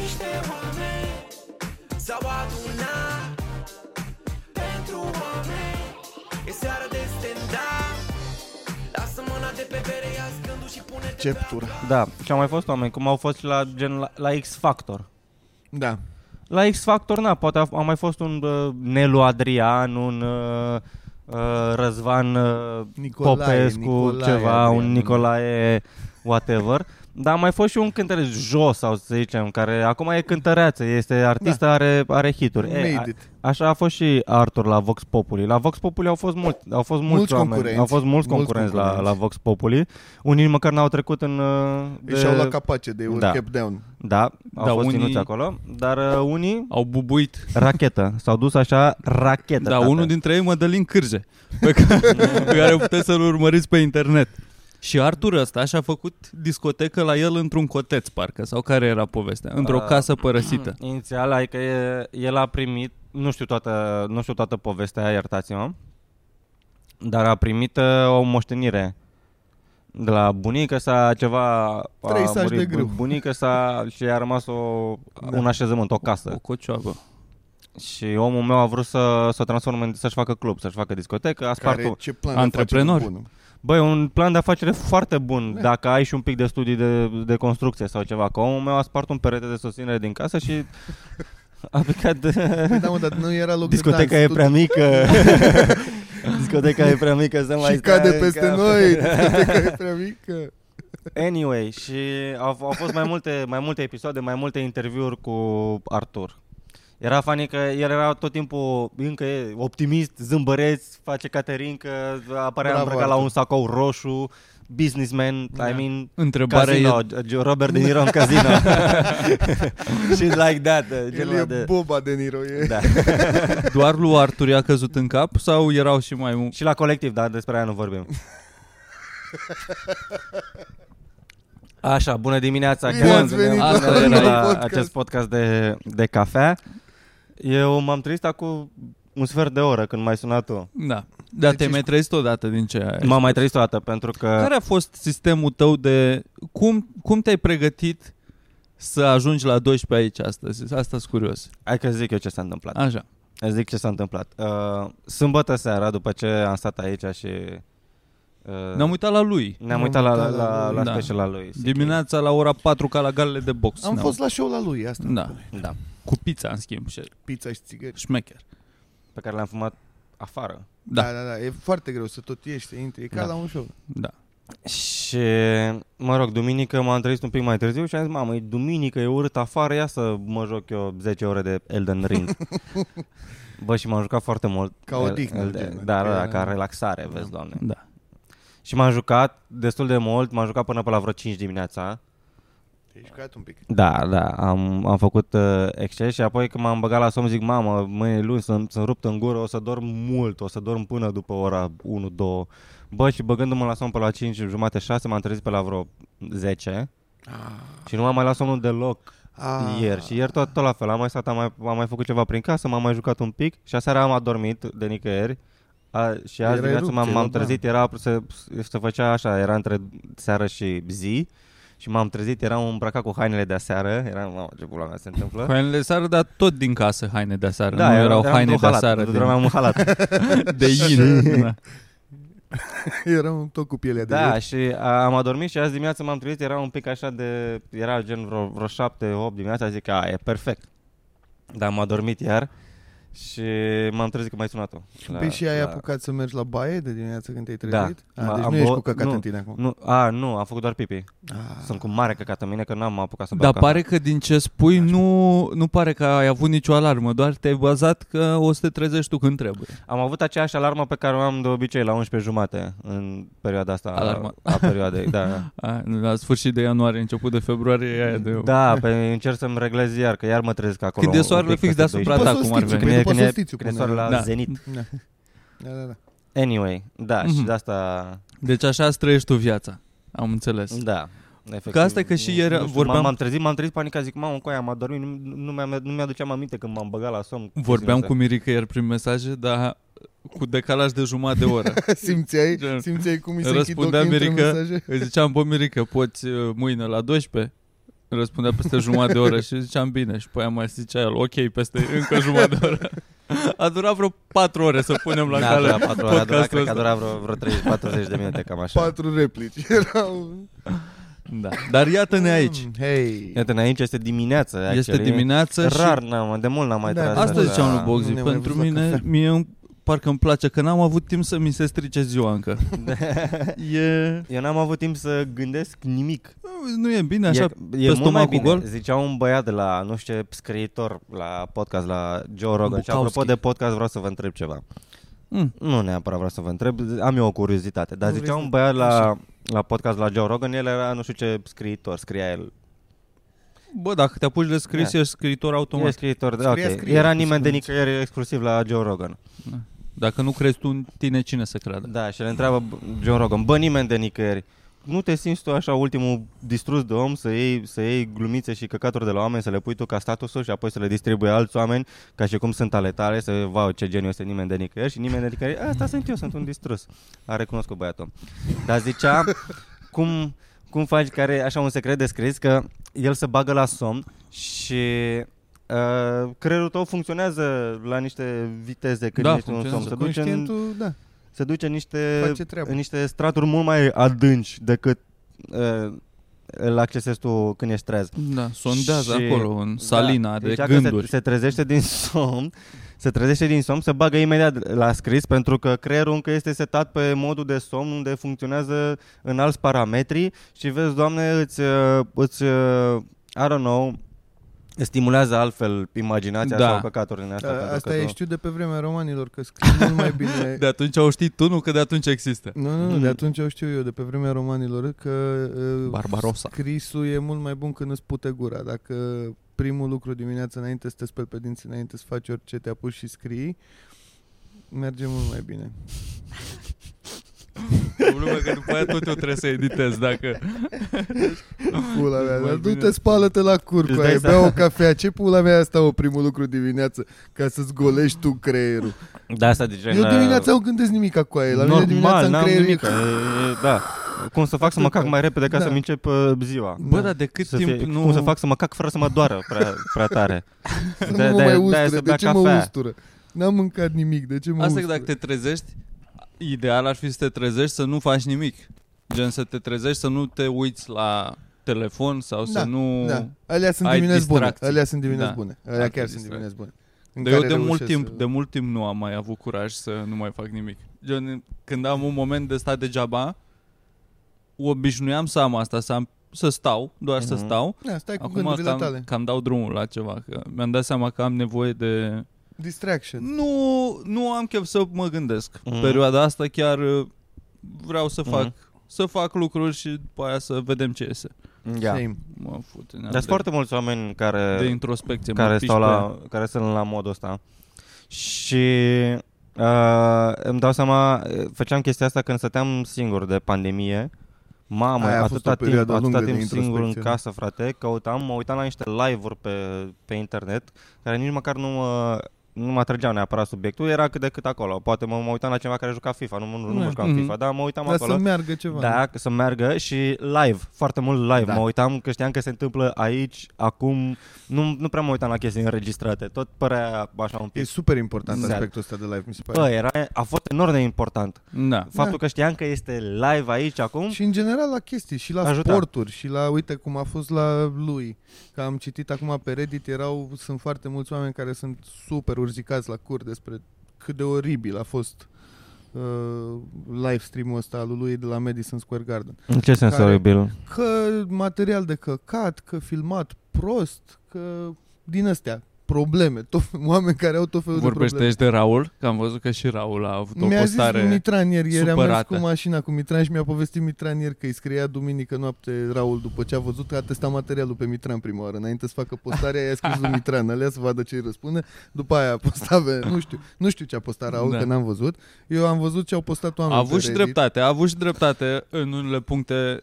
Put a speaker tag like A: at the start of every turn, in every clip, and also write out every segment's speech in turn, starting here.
A: niște oameni S-au adunat pentru oameni E seara de stand-up Lasă mâna de pe bere, ia scându și pune
B: Ceptura.
C: Da, și au mai fost oameni, cum au fost și la, gen, la, la X Factor.
B: Da.
C: La X Factor, na, poate a, a mai fost un uh, Nelu Adrian, un uh, uh, Răzvan uh,
B: Nicolae,
C: Popescu,
B: Nicolae
C: ceva,
B: Adrian.
C: un Nicolae whatever. Dar a mai fost și un cântăreț jos, sau să zicem, care acum e cântăreață, este artistă, da. are, are hituri. E,
B: Made
C: a,
B: it.
C: așa a fost și Arthur la Vox Populi. La Vox Populi au fost mulți, au fost mulți,
B: Mulți
C: oameni,
B: concurenți.
C: au fost
B: Mulți
C: mulți concurenți, la,
B: concurenți.
C: la Vox Populi. Unii măcar n-au trecut în... uh,
B: De... Și Deci au luat capace de un
C: Da.
B: da. cap down.
C: da, au
D: Da,
C: fost
D: unii-
C: ținuți acolo, dar uh, unii
D: Au bubuit.
C: rachetă, s-au dus așa rachetă.
D: Da,
C: tată.
D: unul dintre ei, Mădălin Cârje, pe care, pe care puteți să-l urmăriți pe internet. Și Artur ăsta și-a făcut discotecă la el într-un coteț, parcă, sau care era povestea? Într-o
C: Ah.
D: casă părăsită.
C: Inițial, adică e, el a primit, nu știu toată, nu știu toată povestea, iertați-mă, dar a primit uh, o moștenire de la bunică sa ceva
B: Trei
C: a
B: saci
C: murit
B: de grâu.
C: bunică sa și a rămas o, da. un așezământ, o casă.
D: O cocioabă.
C: Și omul meu a vrut să, să o transforme, în- să-și facă club, să-și facă discotecă, a spart
B: Care,
C: un-
B: ce plan
D: Antreprenor.
C: Băi, un plan de afacere foarte bun
B: Da.
C: dacă ai și un pic de studii de, de construcție sau ceva. Că omul meu a spart un perete de susținere din casă și a plecat de...
B: Păi da, mă, dar nu era loc de
C: Discoteca
B: dans,
C: e
B: tu-
C: prea mică. Discoteca e prea mică să mai
B: Și cade
C: stai în
B: peste
C: cap.
B: noi. Discoteca e prea mică.
C: Anyway, și au, au fost mai multe, mai multe episoade, mai multe interviuri cu Artur. Era fani că el era tot timpul încă e optimist, zâmbăreț, face Caterin că apărea
B: Bravo,
C: îmbrăcat la
B: Artur. Da.
C: un sacou roșu, businessman, I mean,
D: Întrebarea
C: casino,
D: e...
C: G- Robert De Niro în casino. She's like that. uh,
B: El
C: genul
B: e
C: ăla de...
B: boba de Niro. E.
C: Da.
D: Doar lui Artur i-a căzut în cap sau erau și mai mulți?
C: Și la colectiv, dar despre aia nu vorbim. Așa, bună dimineața,
B: Bine
C: chiar
B: ați venit
C: ne-am
D: la
C: întâlnit
D: România
C: la
B: Podcast.
C: acest podcast de, de cafea. Eu m-am trezit acum un sfert de oră când m-ai sunat tu.
D: Da. Dar te
B: ești-
D: mai trezit odată din ce ai.
C: M-am mai trezit o dată pentru că...
D: Care a fost sistemul tău de... Cum, cum te-ai pregătit să ajungi la 12 aici astăzi? Asta sunt curios.
C: Hai că zic eu ce s-a întâmplat.
D: Așa.
C: Îți zic ce s-a întâmplat. Uh, sâmbătă seara, după ce am stat aici și... Uh,
D: Ne-am uitat la lui.
C: ne-am uitat la, la, la, la
D: Da.
C: special al lui.
D: Dimineața la ora 4 ca la galele de box.
B: Am
D: ne-am
B: fost la show la lui, asta.
D: uitat. Da.
C: Da,
D: Cu pizza, în schimb, și
B: Pizza și țigări.
D: șmecher.
C: pe care l-am fumat afară.
D: Da.
B: da, da, da. E foarte greu să tot ieși, să intri. E ca
C: Da.
B: la un show.
D: Da.
C: Și, mă rog, duminică m-am trezit un pic mai târziu și am zis, mamă, e duminică, e urât afară, ia să mă joc eu 10 ore de Elden Ring. Bă, și m-am jucat foarte mult.
B: Ca odihnă,
C: El- Elden-
B: gen,
C: Da, da,
B: adică-
C: da, ca relaxare, vezi, doamne.
D: Da.
C: Și m-am jucat destul de mult, m-am jucat până pe la vreo 5 dimineața.
B: Te-ai jucat un pic.
C: Da, da, am, am făcut uh, exces și apoi când m-am băgat la somn zic, mamă, mâine e luni, sunt, sunt rupt în gură, o să dorm mult, o să dorm până după ora 1-2. Bă, și băgându-mă la somn pe la 5 jumate, 6, m-am trezit pe la vreo 10 și nu m-am mai luat somnul deloc
B: Ah.
C: ieri și ieri tot, tot la fel, am mai stat, am mai, am mai făcut ceva prin casă, m-am mai jucat un pic și aseară am adormit de nicăieri a, și
B: Erai
C: azi dimineața
B: rupt,
C: m-am,
B: era,
C: m-am
B: da.
C: trezit, era, se, se făcea așa, era între seară și zi și m-am trezit, eram îmbrăcat cu hainele de aseară, eram, mamă, ce pula mea se întâmplă. Da,
D: Hainele de seară, dar tot din casă haine de seară. nu erau
C: eram
D: haine
C: într-un
D: de
C: halat,
D: seară
C: dormeam
D: de,
C: în halat.
D: de in. Da.
B: Eram tot cu pielea de
C: da,
B: ieri.
C: și a, am adormit și azi dimineața m-am trezit, era un pic așa de, era gen vreo, vreo 7, 8 dimineața, zic că a, e perfect. Dar m-am adormit iar și m-am trezit că mai sunat tu.
B: Păi și ai apucat să mergi la baie de dimineața când te-ai
C: Da.
B: trezit?
C: Ma-
B: A, deci
C: am
B: nu ești
C: băut-
B: cu căcat
C: nu.
B: în tine acum.
C: Nu, a, nu, am făcut doar pipi.
B: Ah.
C: Sunt cu mare căcat în mine că n-am apucat să beau
D: Dar
C: cafea.
D: pare că din ce spui nu, nu pare că ai avut nicio alarmă, doar te-ai bazat că o să te trezești tu când trebuie.
C: Am avut aceeași alarmă pe care o am de obicei la 11 jumate în perioada asta
D: Alarmă.
C: a, a perioadei, da.
D: A, la sfârșit de ianuarie, început de februarie, e aia de...
C: Da, pe încerc să-mi reglez iar, că iar mă trezesc acolo.
D: Cât de
C: un
D: soarele
C: pic
D: fix
C: peste
D: deasupra
C: 12.
D: ta,
B: După
D: cum ar
B: solstițiu,
D: veni.
B: Păi, După
C: Când e, când e,
B: solstițiu
C: când e
B: pune,
C: soarele la
D: da.
C: zenit.
B: Da. Da, da, da.
C: Anyway, da,
D: Mhm.
C: și de asta...
D: Deci așa îți trăiești tu viața, am înțeles.
C: Da. Efectiv,
D: Că asta e că și ieri
C: nu știu,
D: vorbeam-
C: m-am- M-am trezit, m-am trezit panica, zic, mamă, coaia, m-a dormit, nu, nu, mi-am, nu mi-aduceam aminte când m-am băgat la somn.
D: Vorbeam cu Mirica ieri prin mesaje, dar cu decalaj de jumătate de oră. Gen,
B: Simțeai, simțeai cum mi se închid
D: răspundea
B: ochii între
D: Mirica.
B: mesaje?
D: Îi ziceam, bă, Mirica, poți uh, mâine la 12? Răspundea peste jumătate de oră și ziceam bine și pe aia mai zicea el, ok, peste încă jumătate de oră. A durat vreo 4 ore să punem la
C: N-a
D: cale
C: durat Da, patru ore, a durat,
D: podcastul
C: cred că a
D: ăsta.
C: durat vreo, vreo 30, 40 de minute, cam așa.
B: Patru replici. Erau...
D: Da. Dar iată-ne aici.
B: Mm, Hei.
C: Iată, aici este dimineață.
D: Este
C: actually.
D: dimineață și
C: Rar n-am, de mult n-am mai
B: Da,
C: tras.
D: Asta
C: așa.
D: ziceam lui Boxy,
B: Nu ne mai
D: pentru
B: văzut la
D: mine,
B: cafea.
D: mie îmi- parcă îmi place că n-am avut timp să mi se strice ziua încă. e...
C: Eu n-am avut timp să gândesc nimic.
D: Nu e bine Da, așa?
C: e, e mult mai
D: stomacul
C: bine.
D: gol?
C: Zicea un băiat de la, nu știu ce, scriitor la podcast, la Joe Rogan. Și
D: Bukowski.
C: apropo de podcast, vreau să vă întreb ceva.
D: Mm.
C: Nu neapărat vreau să vă întreb, am eu o curiozitate. Dar
B: Nu
C: zicea
B: vrei
C: un
B: să-
C: băiat la, la podcast la Joe Rogan, el era nu știu ce scriitor, scria el.
D: Bă, dacă te apuci de scris,
C: Da.
D: ești scriitor
C: E
D: automat.
C: scriitor, da,
B: Scrie,
C: okay.
B: scrie,
C: Era
B: cu
C: nimeni de
B: siguranță.
C: nicăieri exclusiv la Joe Rogan.
D: Dacă nu crezi tu în tine, cine să creadă?
C: Da, și le întreabă John Rogan, bă, nimeni de nicăieri, nu te simți tu așa ultimul distrus de om să iei, să iei glumițe și căcaturi de la oameni, să le pui tu ca statusul și apoi să le distribui alți oameni ca și cum sunt ale tale, să vau ce geniu este nimeni de nicăieri și nimeni de nicăieri, asta sunt eu, sunt un distrus. A recunoscut băiatul. Dar zicea, cum, cum faci care așa un secret de scris că el se bagă la somn și Uh, creierul tău funcționează la niște viteze când
D: Da,
C: ești în somn.
D: funcționează.
C: Se duce în
B: Conștientul, da.
C: se duce în niște,
B: Face treabă.
C: în niște straturi mult mai adânci decât uh, îl accesezi tu când ești trez.
D: Da, sondează
C: Și-
D: acolo în salina de
C: zicea că
D: gânduri.
C: Se, se trezește din somn, se trezește din somn, se bagă imediat la scris pentru că creierul încă este setat pe modul de somn unde funcționează în alți parametri și vezi, Doamne, îți, uh, îți uh, I don't know, stimulează altfel imaginația
D: Da. Da.
C: sau căcaturi din astea. pentru
B: A,
C: că
B: asta e
C: tu-
B: știu de pe vremea romanilor, că scriu mult mai bine.
D: De atunci au știut tu, nu? Că de atunci există.
B: Nu, nu,
D: Mm.
B: nu, de atunci o știu eu, de pe vremea romanilor, că uh,
D: Barbarossa.
B: scrisul e mult mai bun când îți pute gura. Dacă primul lucru dimineața înainte să te speli pe dinți, înainte să faci orice te apuci și scrii, merge mult mai bine.
D: Problema e că după aia tot eu trebuie să editez dacă...
B: Pula mea,
D: Mai
B: dar
D: bine.
B: du-te, spală-te la cur
C: Îți
B: cu
C: dai
B: aia, bea
C: seama.
B: o cafea. Ce pula mea asta o primul lucru dimineață? Ca să-ți golești tu creierul.
C: Da, asta zice
B: Eu
C: în, uh,
B: dimineața nu gândesc nimic cu aia. Păi, La mine dimineața în
C: n-am
B: creier
C: nimic.
B: e...
C: E, e, Da. Cum să fac să mă cac mai repede ca
B: Da.
C: să-mi încep uh, ziua.
D: Bă, dar de cât
C: Să
D: timp
C: fie,
D: nu...
C: Cum să fac să mă cac fără să mă doară prea, prea tare.
B: Să
C: De-
B: nu mă
C: de-
B: mai
C: de-aia să
B: ustură. De
C: bea
B: ce mă
C: cafea.
B: ustură? N-am mâncat nimic, de ce mă
D: Asta
B: ustură?
D: că dacă te trezești, ideal ar fi să te trezești să nu faci nimic. Gen să te trezești să nu te uiți la telefon sau să
B: Da,
D: nu...
B: Da. Alea sunt
D: ai
B: dimineți bune.
D: distracții.
B: Alea sunt dimineți
D: Da.
B: bune.
D: Alte
B: Alea chiar sunt
D: distracții.
B: dimineți bune. În
D: Dar eu
B: care
D: de mult,
B: reușesc
D: timp,
B: să-
D: de mult timp nu am mai avut curaj să nu mai fac nimic. Gen, când am un moment de stat degeaba, obișnuiam să am asta, să, am, să stau, doar să
C: Mhm.
D: stau.
B: Da, stai cu
D: Acum
B: gândurile
D: cam,
B: tale.
D: cam dau drumul la ceva, că mi-am dat seama că am nevoie de...
B: Distraction.
D: Nu, nu am chef să mă gândesc.
C: Mhm.
D: Perioada asta chiar uh, vreau să
C: Mhm.
D: fac, să fac lucruri și după aia să vedem ce iese.
C: Da.
B: Same.
D: Mă fut în
C: Dar
D: de,
C: sunt foarte mulți oameni care...
D: de introspecție. mă
C: care
D: piși
C: stau
D: pe
C: la,
D: aia.
C: care sunt la modul ăsta. Și uh, îmi dau seama, uh, făceam chestia asta când stăteam singur de pandemie. Mamă,
B: Aia a fost o
C: atâta timp,
B: perioadă
C: atâta
B: lungă
C: timp
B: de
C: singur în
B: introspecție.
C: casă, frate, căutam, mă uitam la niște live-uri pe, pe internet, care nici măcar nu mă, nu mă atrăgeau neapărat subiectul, era cât de cât acolo. Poate mă, mă uitam la cineva care juca FIFA, nu, nu, nu mă
D: Da.
C: jucam
D: Mhm.
C: FIFA, dar mă uitam
B: Dar
C: acolo.
B: să meargă ceva.
C: Da, că să meargă și live, foarte mult live. Da.
B: Da.
C: Mă uitam că știam că se întâmplă aici, acum. Nu, nu prea mă uitam la chestii înregistrate, tot părea așa un
B: E
C: pic.
B: super important
C: Exact.
B: aspectul ăsta de live, mi se pare.
C: Bă, era, a fost enorm de important.
D: Da.
C: Faptul că știam că este live aici acum,
B: Și în general la chestii, și la
C: Ajuta.
B: sporturi, și la, uite cum a fost la lui, că am citit acum pe Reddit, erau, sunt foarte mulți oameni care sunt super urzicați la cur despre cât de oribil a fost uh, live stream-ul ăsta al lui de la Madison Square Garden.
C: în ce sens
B: care-
C: oribil?
B: Că material de căcat, că filmat prost, că din astea, probleme, tot, oameni care au tot felul de
D: Vorbește
B: probleme.
D: de Raul, că am văzut că și Raul a avut o
B: Mi-a zis
D: postare.
B: Mitran ieri, ieri am mers
D: supărată.
B: cu mașina cu Mitran și mi-a povestit Mitran ieri că îi scria duminică noapte Raul după ce a văzut că a testat materialul pe Mitran prima oară. Înainte să facă postarea, i-a scris lui Mitran, alea să vadă ce îi răspunde. După aia a postat, pe- nu știu, nu știu ce a postat Raul,
D: Da.
B: că n-am văzut. Eu am văzut ce au postat
D: a
B: oamenii
D: avut
B: pe
D: și
B: Reddit.
D: dreptate, a avut și dreptate în unele puncte,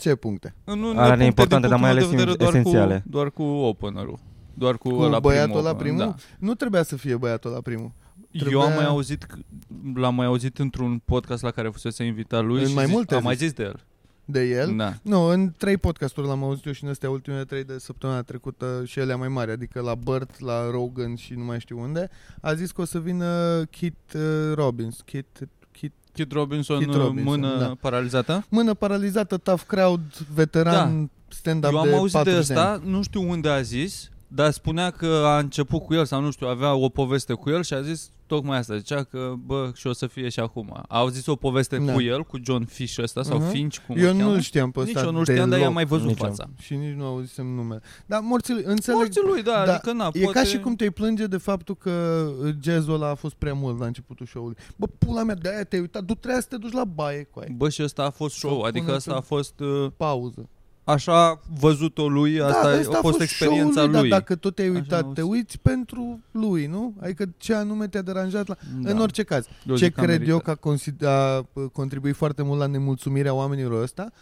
B: Ce puncte?
D: în
C: Alea
D: unele
C: ne
D: puncte
C: importante,
D: din
C: dar mai
D: punctul
C: ales
D: meu de vedere, doar
C: esențiale.
D: Cu, doar cu opener-ul. Doar cu,
B: Cu
D: ăla
B: băiatul
D: primul
B: ăla
D: opener,
B: primul?
D: Da.
B: Nu trebuia să fie băiatul la primul.
D: Eu am
B: Trebuia-
D: mai auzit, c- l-am mai auzit într-un podcast la care fusese invitat lui
B: În
D: și
B: mai
D: zici-
B: multe
D: am
B: a
D: mai
B: zis.
D: zis de el.
B: de el.
D: Da.
B: Nu, în trei podcasturi l-am auzit eu și în astea ultimele trei de săptămâna trecută și ele mai mari, adică la Burt, la Rogan și nu mai știu unde, a zis că o să vină Kit uh, Robbins, Kit, Kit
D: Kid Robinson, uh,
B: Kid Robinson,
D: mână
B: da.
D: paralizată.
B: mână paralizată, tough crowd, veteran, da. stand-up
D: Eu am
B: de
D: auzit de
B: 40 de ani.
D: asta, nu știu unde a zis, dar spunea că a început cu el sau nu știu, avea o poveste cu el și a zis tocmai asta, zicea că bă, și o să fie și acum. A auzit o poveste
B: Da.
D: cu el, cu John Fish ăsta sau
B: Mhm.
D: Finch, cum
B: Eu
D: îl cheamă.
B: nu-l știam pe
D: Nici
B: ăsta
D: eu nu știam, dar i-am
B: deloc
D: mai văzut
C: Nici eu.
D: fața.
B: Și nici nu auzisem numele. Dar morții lui, înțeleg...
D: Morții lui, da,
B: Da,
D: adică na,
B: E
D: poate...
B: ca și cum te-ai plânge de faptul că uh, jazzul ăla a fost prea mult la începutul show-ului. Bă, pula mea, de-aia te-ai uitat, du trebuie să te duci la baie cu aia.
D: Bă, și ăsta a fost show,
B: Sau
D: adică
B: pune
D: asta
B: tu-
D: a fost... uh,
B: Pauză.
D: Așa a văzut-o lui, asta,
B: da,
D: e-
B: ăsta
D: a fost experiența
B: show-ul
D: lui.
B: Dar da, dacă tot te-ai
D: Așa am
B: uitat, te
D: auzit.
B: uiți pentru lui, nu? Adică ce anume te-a deranjat la...
D: Da.
B: Da. În orice caz,
D: Eu
B: ce
D: zic că a
B: cred eu
D: meritat.
B: că a, consid- a uh, contribuit foarte mult la nemulțumirea oamenilor ăsta,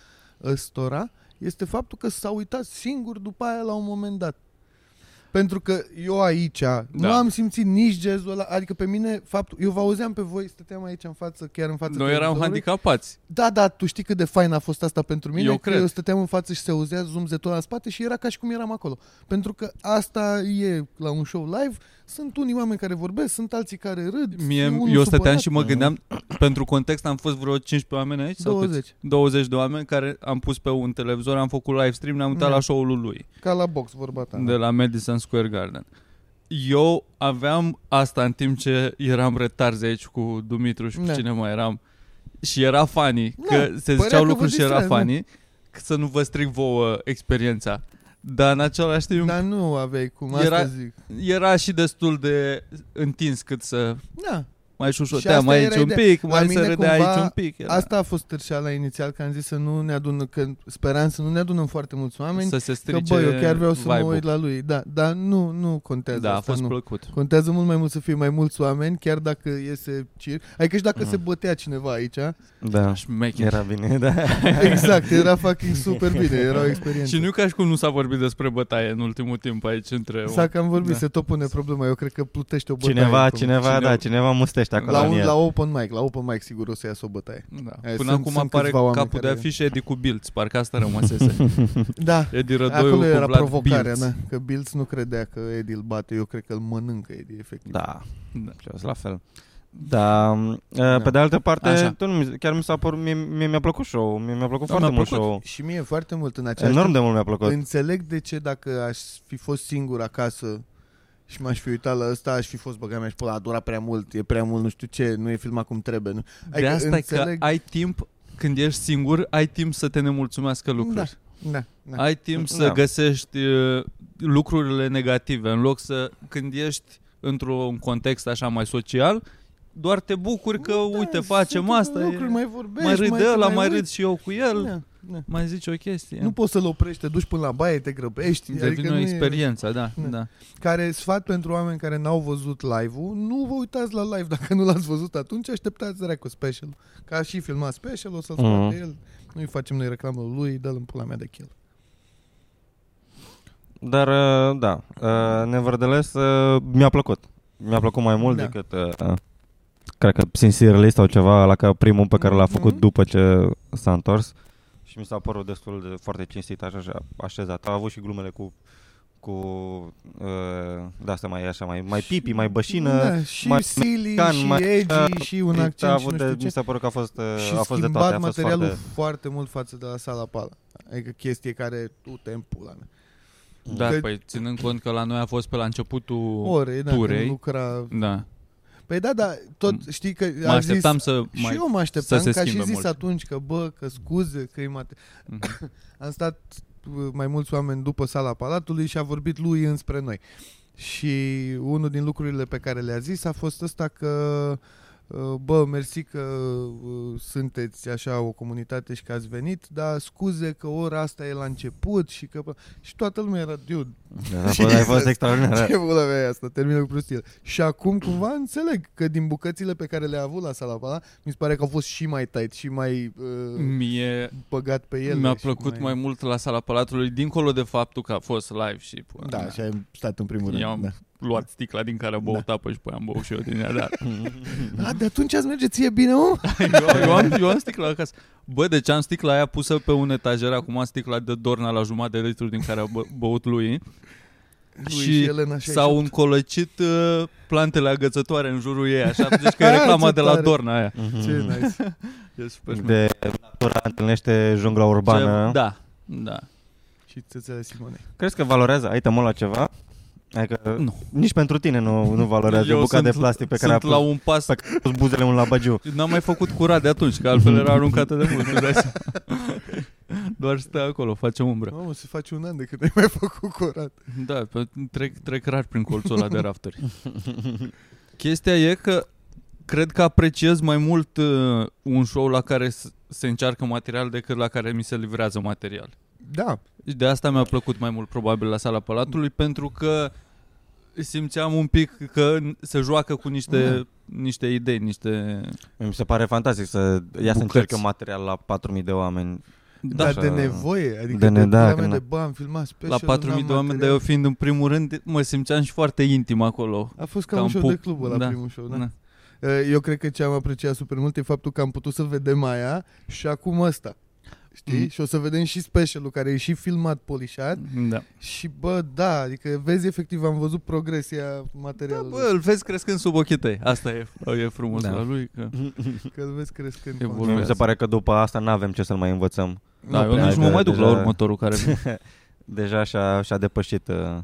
B: ăstora, este faptul că s-a uitat singur după aia la un moment dat. Pentru că eu aici da. nu am simțit nici jazzul ăla, adică pe mine faptul, eu vă auzeam pe voi, stăteam aici în față, chiar în fața
D: Noi eram
B: televizorului.
D: handicapați.
B: Da, da, tu știi cât de fain a fost asta pentru mine?
D: Eu
B: că
D: cred.
B: Eu stăteam în față și se auzea zumzetul ăla în spate și era ca și cum eram acolo. Pentru că asta e la un show live, sunt unii oameni care vorbesc, sunt alții care râd. e
D: Mie,
B: unul
D: eu stăteam
B: supărat. da.
D: și mă gândeam, pentru context am fost vreo 15 oameni aici? Sau câți?
B: 20,
D: 20 de oameni care am pus pe un televizor, am făcut live stream, ne-am uitat
B: Da.
D: la show-ul lui
B: ca la box vorba ta.
D: de la Madison Square Garden. Eu aveam asta în timp ce eram retarzi aici cu Dumitru și cu
B: Da.
D: cine mai eram și era funny,
B: Da,
D: că se
B: părea
D: ziceau
B: că
D: lucruri
B: vă
D: și era
B: distrează.
D: funny, că să nu vă stric vouă experiența. Dar în același timp
B: Dar nu aveai cum, asta
D: Era-
B: era... zic.
D: era și destul de întins cât să
B: Da.
D: mai șușoteam
B: asta
D: aici
B: era
D: un
B: ideea.
D: pic,
B: La
D: mai să
B: mine
D: râdea
B: cumva
D: aici un pic. Era.
B: Asta a fost târșeala inițial, că am zis să nu ne adună, că speram să nu ne adunăm foarte mulți oameni.
D: să se
B: Că
D: strice
B: bă, eu chiar vreau să mă
D: vibe-ul.
B: uit la lui. Da, dar nu, nu contează
D: Da, a
B: asta,
D: fost
B: nu.
D: plăcut.
B: Contează mult mai mult să fie mai mulți oameni, chiar dacă iese circ. Adică și dacă se bătea cineva aici,
C: Da,
D: Șmecher.
C: era bine, da.
B: exact, era fucking super bine, era o experiență.
D: Și nu e ca și cum nu s-a vorbit despre bătaie în ultimul timp aici între...
B: S-a cam vorbit,
D: Da.
B: da. se tot pune problema, eu cred că plutește o bătaie.
C: Cineva,
B: acum.
C: cineva,
D: Cine-
C: da, cineva mustește acolo
B: La,
C: în
B: un,
C: el.
B: la open mic, la open mic sigur o să iasă o bătaie.
D: Da.
B: Eh,
D: Până
B: sunt-
D: acum
B: sunt
D: apare
B: câțiva oameni
D: capul de
B: care-
D: afiș Edi cu Bilț, parcă asta rămăsese.
B: Da,
D: Edi Rădoiu
B: acolo
D: cu
B: era
D: Vlad
B: provocarea,
D: Bilț.
B: da, că Bills nu credea că Eddie îl bate, eu cred că îl mănâncă Eddie, efectiv.
C: Da,
D: Da.
C: și eu sunt la fel. Da, da, pe de altă
D: Așa.
C: parte, tot nu, mi- chiar mi s-a părut, mie, mie mi-a plăcut show mie mi-a plăcut
D: Da,
C: foarte
D: mi-a
C: mult
D: plăcut.
C: show
B: Și mie foarte mult în același
C: Enorm
B: timp,
C: de mult mi-a plăcut.
B: Înțeleg de ce dacă aș fi fost singur acasă și m-aș fi uitat la ăsta, aș fi fost băga mea și pula, a durat prea mult, e prea mult, nu știu ce, nu e filmat cum trebuie. Nu?
D: De asta e că
B: Adică înțeleg-
D: ai timp, când ești singur, ai timp să te nemulțumească lucruri.
B: Da, da.
D: Ai timp să
C: Da.
D: găsești uh, lucrurile negative în loc să, când ești într-un context așa mai social, doar te bucuri că, da, uite,
B: Da,
D: facem
B: sunt
D: asta,
B: Lucruri,
D: e,
B: mai vorbești,
D: mai râd de ăla, mai
B: uiți.
D: râd și eu cu el,
B: Da, da.
D: mai zici o chestie.
B: Nu poți să-l oprești, te duci până la baie, te grăbești.
D: Devine adică
B: nu
D: o
B: e-
D: experiență, da,
B: Da.
D: da.
B: Care sfat pentru oameni care n-au văzut live-ul, nu vă uitați la live dacă nu l-ați văzut atunci, așteptați dracu special. Ca și filmat special, o să-l
C: Mhm.
B: scoate el. Nu-i facem noi reclamă lui, dă-l în pula mea de chel.
C: Dar, uh, da, uh, Nevertheless uh, mi-a plăcut. Mi-a plăcut mai mult
B: Da.
C: decât, uh, cred că Sincerely sau ceva, la ca primul pe care l-a făcut
B: Mhm.
C: după ce s-a întors. Și mi s-a părut destul de foarte cinstit așa, așa așezat. A avut și glumele cu cu uh, da, asta mai e așa, mai, mai pipi, mai bășină.
B: da, și
C: mai
B: silly,
C: mecan,
B: și
C: mai-
B: edgy, și un
C: Mi s-a
B: accent și
C: avut
B: nu
C: de,
B: știu
C: Mi
B: ce.
C: s-a părut că a fost, uh,
B: Și
C: a fost de
B: schimbat
C: toate. A fost
B: materialul
C: foarte...
B: foarte mult față de la sala pală. Adică chestie care tu te împula mea.
D: Da,
B: Că-
D: păi ținând cont că la noi a fost pe la începutul...
B: Ore, da,
D: turei.
B: când lucra...
D: Da.
B: Păi da, da, tot știi că
D: Mă
B: a zis...
D: așteptam să
B: Și
D: mai...
B: eu mă așteptam,
D: să se
B: ca și
D: schimbe
B: zis
D: mult.
B: atunci că bă, că scuze, că e mate...
D: Mhm.
B: Am stat uh, mai mulți oameni după sala Palatului și a vorbit lui înspre noi. Și unul din lucrurile pe care le-a zis a fost ăsta că uh, bă, mersi că uh, sunteți așa o comunitate și că ați venit, dar scuze că ora asta e la început și că... Și toată lumea era, dude,
C: Da, a fost, a fost
B: Jesus.
D: Da.
C: extraordinar.
B: ce pula mea e asta? Termină cu prostiile. Și acum cumva înțeleg că din bucățile pe care le-a avut la sala Pala, mi se pare că au fost și mai tight și mai uh,
D: Mie
B: băgat pe el.
D: Mm. mi-a plăcut mai mult la sala Palatului, dincolo de faptul că a fost live și...
B: Da, și ai Da, stat în primul rând.
D: Eu am-
B: Da.
D: luat sticla din care am băut da. apă și păi am băut și eu din ea. Da.
B: A, de atunci îți merge ție bine, om?
D: Eu, eu, am, eu am sticla acasă. Bă, deci am sticla aia pusă pe un etajer, acum sticla de Dorna la jumătate de litru din care a bă, băut lui.
B: Lui
D: Și
B: Elena 68.
D: S-au încolăcit uh, plantele agățătoare în jurul ei, așa, deci că e reclama
B: Ce
D: de la
B: tare.
D: Dorna aia.
B: Ce nice.
D: E super șmecher.
C: De natura întâlnește jungla urbană.
D: Ce- Da, da.
B: Și țățele Simone.
C: Crezi că valorează item-ul la ceva? Adică
D: Nu.
C: nici pentru tine nu, nu valorează Eu buca
D: sunt-
C: de plastic pe care a
D: sunt
C: pus,
D: la un pas
C: pe care a pus buzele un labagiu.
D: N-am mai făcut curat de atunci, că altfel era aruncată de mult. îți dai seama. Doar stă acolo, face umbră.
B: Mamă, se face un an de când ai mai făcut curat.
D: Da, pe- trec, trec rar prin colțul ăla de rafturi. Chestia e că cred că apreciez mai mult uh, un show la care s- se încearcă material decât la care mi se livrează material.
B: Da.
D: Și de asta mi-a plăcut mai mult probabil la sala Palatului pentru că simțeam un pic că n- se joacă cu
C: Da.
D: niște, niște idei, niște...
C: Mi se pare fantastic să ia să
D: Bucăți.
C: încercă material la 4000 de oameni.
B: Da,
C: Așa.
B: de nevoie, adică
C: De
B: de,
C: ne-
B: de,
C: da,
B: da,
C: că
B: de,
C: nu-
B: de bă, am filmat
D: la
B: special,
D: 4000
B: n-am
D: de oameni, dar eu
B: material.
D: find în primul rând, mă simțeam și foarte intim acolo.
B: A fost ca,
D: ca
B: un
D: un
B: show de
D: pup.
B: club la
D: Da.
B: primul show, da.
D: Na.
B: Eu cred că ce am apreciat super mult e faptul că am putut să vedem aia și acum asta. Știi?
D: Mhm.
B: Și o să vedem și specialul care e și filmat polișat
D: Da.
B: și bă, da, adică vezi efectiv am văzut progresia
D: da
B: materialului.
D: bă, îl vezi crescând sub ochii tăi. Asta e, e frumos
C: Da.
D: da. la lui. Că...
B: că îl vezi crescând.
D: E
B: constant.
D: bun.
C: Mi se
D: Urmează.
C: pare că după asta nu avem ce să-l mai învățăm.
D: Da, eu
C: prea,
D: nici nu mă
C: că
D: mai duc la
C: deja-
D: următorul care vine.
C: Deja și-a, și-a depășit uh,
D: Da.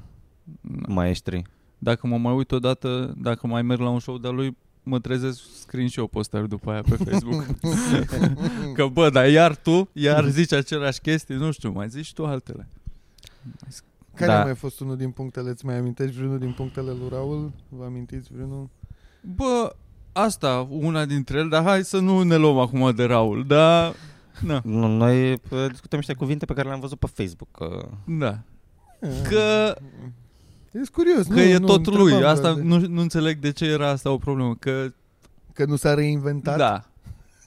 C: maestrii.
D: Dacă mă mai uit odată, dacă mai merg la un show de-a lui, mă trezesc screen și eu postări după aia pe Facebook. că bă, dar iar tu, iar zici aceleași chestii, nu știu, mai zici și tu altele.
B: Care
C: Da.
B: a mai fost unul din punctele? Îți mai amintești vreunul din punctele lui Raul? Vă amintiți vreunul?
D: Bă, asta, una dintre ele, dar hai să nu ne luăm acum de Raul, da? dar... Na,
C: Nu, Noi uh, discutăm niște cuvinte pe care le-am văzut pe Facebook. că-
D: da. Că
B: Eh, Ești curios,
D: Că
B: nu,
D: e
B: nu,
D: tot lui.
B: întrebam
D: Asta
B: doar de-
D: nu, nu înțeleg de ce era asta o problemă. Că
B: Că nu s-a reinventat?
D: da.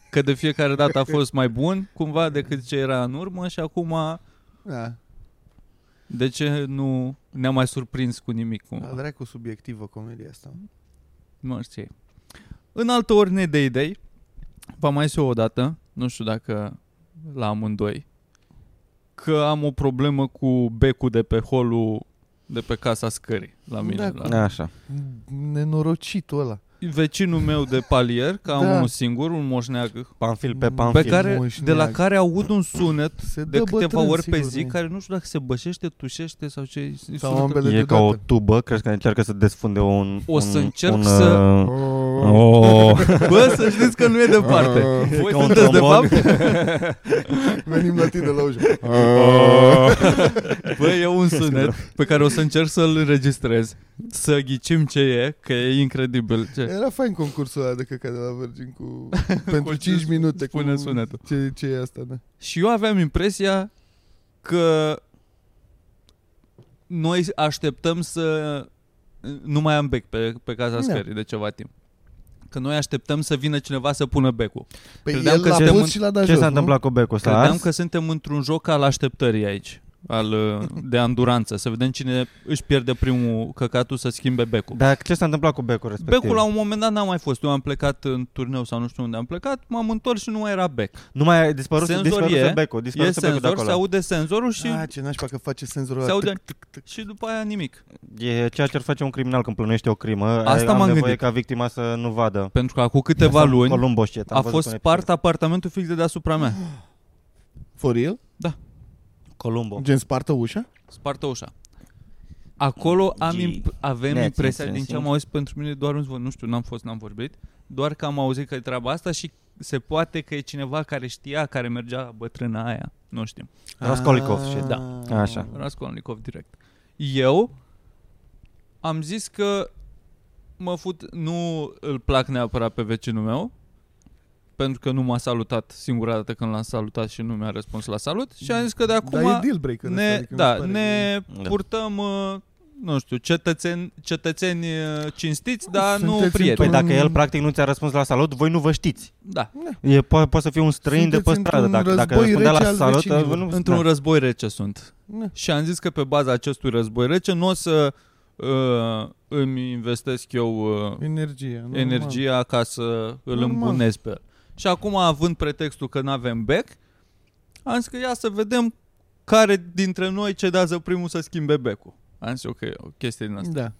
D: Că de fiecare dată a fost mai bun cumva decât ce era în urmă și acum
B: Da.
D: de ce nu ne-a mai surprins cu nimic
B: A
D: cumva.
B: dracu subiectivă comedia asta.
D: Nu știu. În altă ordine de idei, v-am mai zis eu odată, nu știu dacă la amândoi, că am o problemă cu becul de pe holul de pe casa scării la mine.
B: Da,
D: la...
C: Așa.
B: Nenorocitul ăla.
D: Vecinul meu de palier, că am
B: Da.
D: da. unul singur, un moșneag
C: Pamfil pe
B: Pe
C: pamfil.
D: pe care,
B: moșneag.
D: de la care aud un sunet
B: Se
D: de
B: dă
D: câteva
B: bătrân,
D: ori pe
B: sigur,
D: zi,
B: nu-i?
D: care nu știu dacă se bășește, tușește sau ce
B: Sau
D: sunetul.
B: ambele
C: E ca o
B: deodată.
C: tubă, crezi că încearcă să desfunde un...
D: O să
C: un,
D: încerc
C: un,
D: să-
C: uh,
B: Oh.
C: Oh.
D: Bă, să știți că nu e departe.
B: Ah,
D: Voi
C: ca un
D: sunteți de
C: trombon.
D: fapt?
B: Venim la tine la ușă.
D: Oh. Bă,
C: Oh.
D: e un
C: da.
D: sunet pe care o să încerc să-l înregistrez. Să ghicim ce e, că e incredibil. Ce?
B: Era fain concursul ăla de căcat de la Virgin cu... pentru
D: Cu
B: 5
D: ce
B: minute.
D: spune
B: cu...
D: sunetul.
B: Ce, ce e asta, da?
D: Și eu aveam impresia că noi așteptăm să... Nu mai am bec pe, pe casa
B: Da.
D: scării de ceva timp. Că noi așteptăm să vină cineva să pună becul.
B: Păi
D: Credeam
B: el
D: că
B: l-a
D: suntem
B: pus
D: în-
B: și l-a dat
C: Ce
B: jos,
C: s-a
B: nu?
C: întâmplat cu becul ăsta?
D: Credeam
C: Ars?
D: că suntem într-un joc al așteptării aici, al, uh, de anduranță, să vedem cine își pierde primul căcatul să schimbe becul.
C: Dar ce s-a întâmplat cu becul Da, respectiv?
D: Becul la un moment dat n-a mai fost. Eu am plecat în turneu sau nu știu unde am plecat, m-am întors și nu mai era bec.
C: Nu mai a dispărut,
D: Senzor
C: dispărut
D: e,
C: becul,
D: E
C: dispărut becul de
D: senzor,
C: acolo.
D: se aude senzorul și
B: Ah, ce nașpa că face senzorul
D: se
B: ăla.
D: aude și după aia nimic.
C: E ceea ce ar face un criminal când plănește o crimă.
D: Asta
C: Am
D: m-am
C: nevoie
D: gândit.
C: ca victima să nu vadă.
D: Pentru că acum câteva
C: Asta
D: luni
C: Columbo știe, Exact. am
D: a
C: văzut
D: fost
C: un
D: spart apartamentul fix de deasupra mea.
B: For real?
C: episod. Columbo.
B: Gen spartă ușa?
D: Spartă ușa. Acolo am
C: Gee.
D: imp- avem
C: Ne-ați
D: impresia din ce
C: înțeles.
D: am auzit pentru mine doar un zvon. Nu știu, n-am fost, n-am vorbit. Doar că am auzit că e treaba asta și se poate că e cineva care știa, care mergea la bătrâna aia. Nu știm.
C: Raskolnikov și
D: da.
C: Așa.
D: Raskolnikov direct. Eu am zis că mă fut, nu îl plac neapărat pe vecinul meu, pentru că nu m-a salutat singura dată când l-am salutat și nu mi-a răspuns la salut și am zis că de acum
B: Dar e deal breaker
D: ne,
B: ăsta, adică mi se
D: da,
B: pare
D: ne
C: Da.
D: purtăm, uh, nu știu, cetățeni, cetățeni uh, cinstiți, dar nu
B: Sunteți
D: prieteni.
C: Păi
B: într-un-
C: dacă el practic nu ți-a răspuns la salut, voi nu vă știți.
D: Da.
C: E, po- poate să fie un străin de pe
B: Sunteți
C: stradă.
B: într-un
C: Dacă, dacă
B: război
C: răspundea
B: rece
C: la
B: al
C: salut,
B: vecinilor.
C: vă nu...
D: Într-un
C: da.
D: război rece sunt.
B: Da.
D: Și am zis că pe baza acestui război rece nu o să uh, îmi investesc eu uh,
B: Energia. normal.
D: energia ca să îl
B: Normal.
D: îmbunez pe el. Și acum, având pretextul că nu avem bec, am zis că ia să vedem care dintre noi cedează primul să schimbe becul. Am zis, ok, o chestie din asta.
B: Da.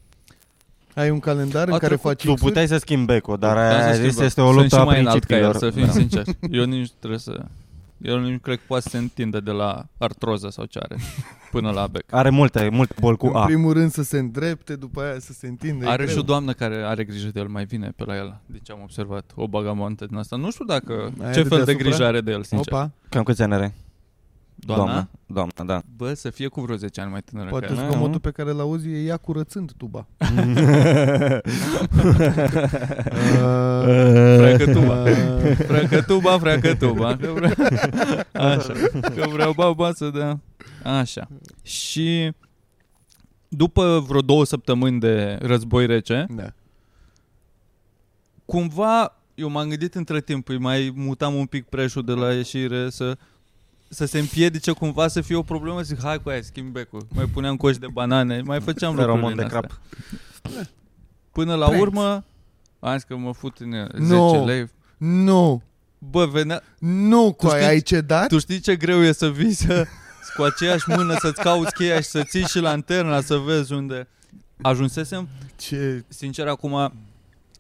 B: Ai un calendar în
D: A
B: care
D: trecut-
B: faci
C: Tu
B: X-uri?
C: puteai să schimbi becul, dar
D: Am
C: aia ai
D: zis
C: zis
D: că, bă,
C: este o
D: sunt
C: luptă
D: și
C: a
D: mai înalt ca el,
C: principiilor.
D: să fim da. sinceri. Eu nici nu trebuie să... Eu nici nu cred că poate să se întinde de la artroză sau ce are până la bec.
C: Are multe, multe boli cu
B: În
C: A.
B: primul rând să se îndrepte, după aia să se întindă. e
D: Are și o
B: greu.
D: doamnă care are grijă de el, mai vine pe la el, deci am observat o bagamontă din asta. Nu știu dacă
B: Aia
D: ce
B: de
D: fel de
B: deasupra?
D: grijă are de el, sincer.
B: Opa,
C: Cam câți ani are?
D: Doamna? Doamna?
C: Doamna, da.
D: Bă, să fie cu vreo 10 ani mai tânără ca
B: poate
D: el.
C: nu.
B: zgomotul pe care l-auzi e ea curățând tuba.
D: Frăcătuba.
B: Uh,
D: Frăcătuba, frăcătuba. Că vreau... Așa. Că vreau baba să dea. Așa. Și după vreo două săptămâni de război rece,
B: da.
D: cumva eu m-am gândit între timp, îi mai mutam un pic preșul de la ieșire să să se împiedice cumva să fie o problemă, zic, hai cu aia, schimb becul. Mai puneam coși de banane, mai făceam lucruri
C: Feromon
D: din
C: de
D: astea.
C: crap.
D: Până la
B: Preț.
D: urmă, am zis că mă fut în ea, 10
B: No.
D: lei.
B: Nu,
D: Bă, venea,
B: nu, cu
D: știi-
B: ai cedat?
D: Tu știi ce greu e să vii să, cu aceeași mână să-ți cauți cheia și să ții și lanterna să vezi unde ajunsesem.
B: Ce?
D: Sincer, acum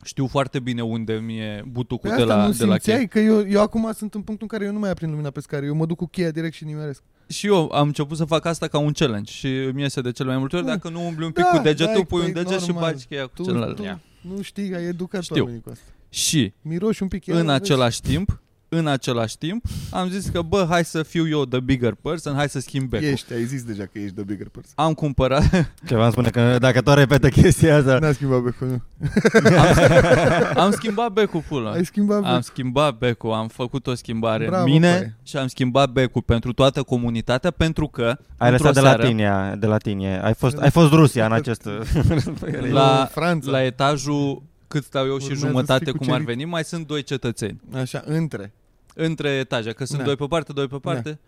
D: știu foarte bine unde mi-e butucul
B: Păi
D: de
B: asta
D: la,
B: nu
D: de la
B: simțeai?
D: cheie.
B: Că eu, eu acum sunt în punctul în care eu nu mai aprind lumina pe scară. Eu mă duc cu cheia direct și nimeresc.
D: Și eu am început să fac asta ca un challenge și mi iese de cele mai multe ori.
B: Da.
D: Dacă nu umbli un pic
B: Da,
D: cu degetul,
B: dai,
D: pui un
B: păi,
D: deget și
B: normal.
D: baci cheia cu
B: Tu,
D: celălalt.
B: tu nu știi, ai educat
D: Știu.
B: oamenii cu asta.
D: Și
B: Miroși un pic.
D: în
B: iar vezi.
D: același timp, în același timp, am zis că, bă, hai să fiu eu the bigger person, hai să schimb becul.
B: Ești, ai zis deja că ești the bigger person.
D: Am cumpărat,
C: Ce v-am spune că dacă tot repetă chestia
D: Da.
C: asta...
B: N-a schimbat becul, nu.
D: am schimbat becul pula.
B: Ai schimbat
D: Da. Am
B: becul.
D: schimbat becul, am făcut o schimbare Bravo,
B: Bravo,
D: în mine
B: păi.
D: și am schimbat becul pentru toată comunitatea pentru că
C: Ai
D: într-o
C: lăsat de la
D: seară,
C: tine, de la tine. Ai fost, ai fost Rusia în acest...
D: la,
B: Franța.
D: la etajul cât stau eu
B: Exact.
D: și
B: Urmează să
D: jumătate
B: fii
D: cum ar
B: cucerit.
D: veni, mai sunt doi cetățeni
B: Așa, între.
D: între etaje, că sunt
B: Da.
D: doi pe parte, doi pe parte.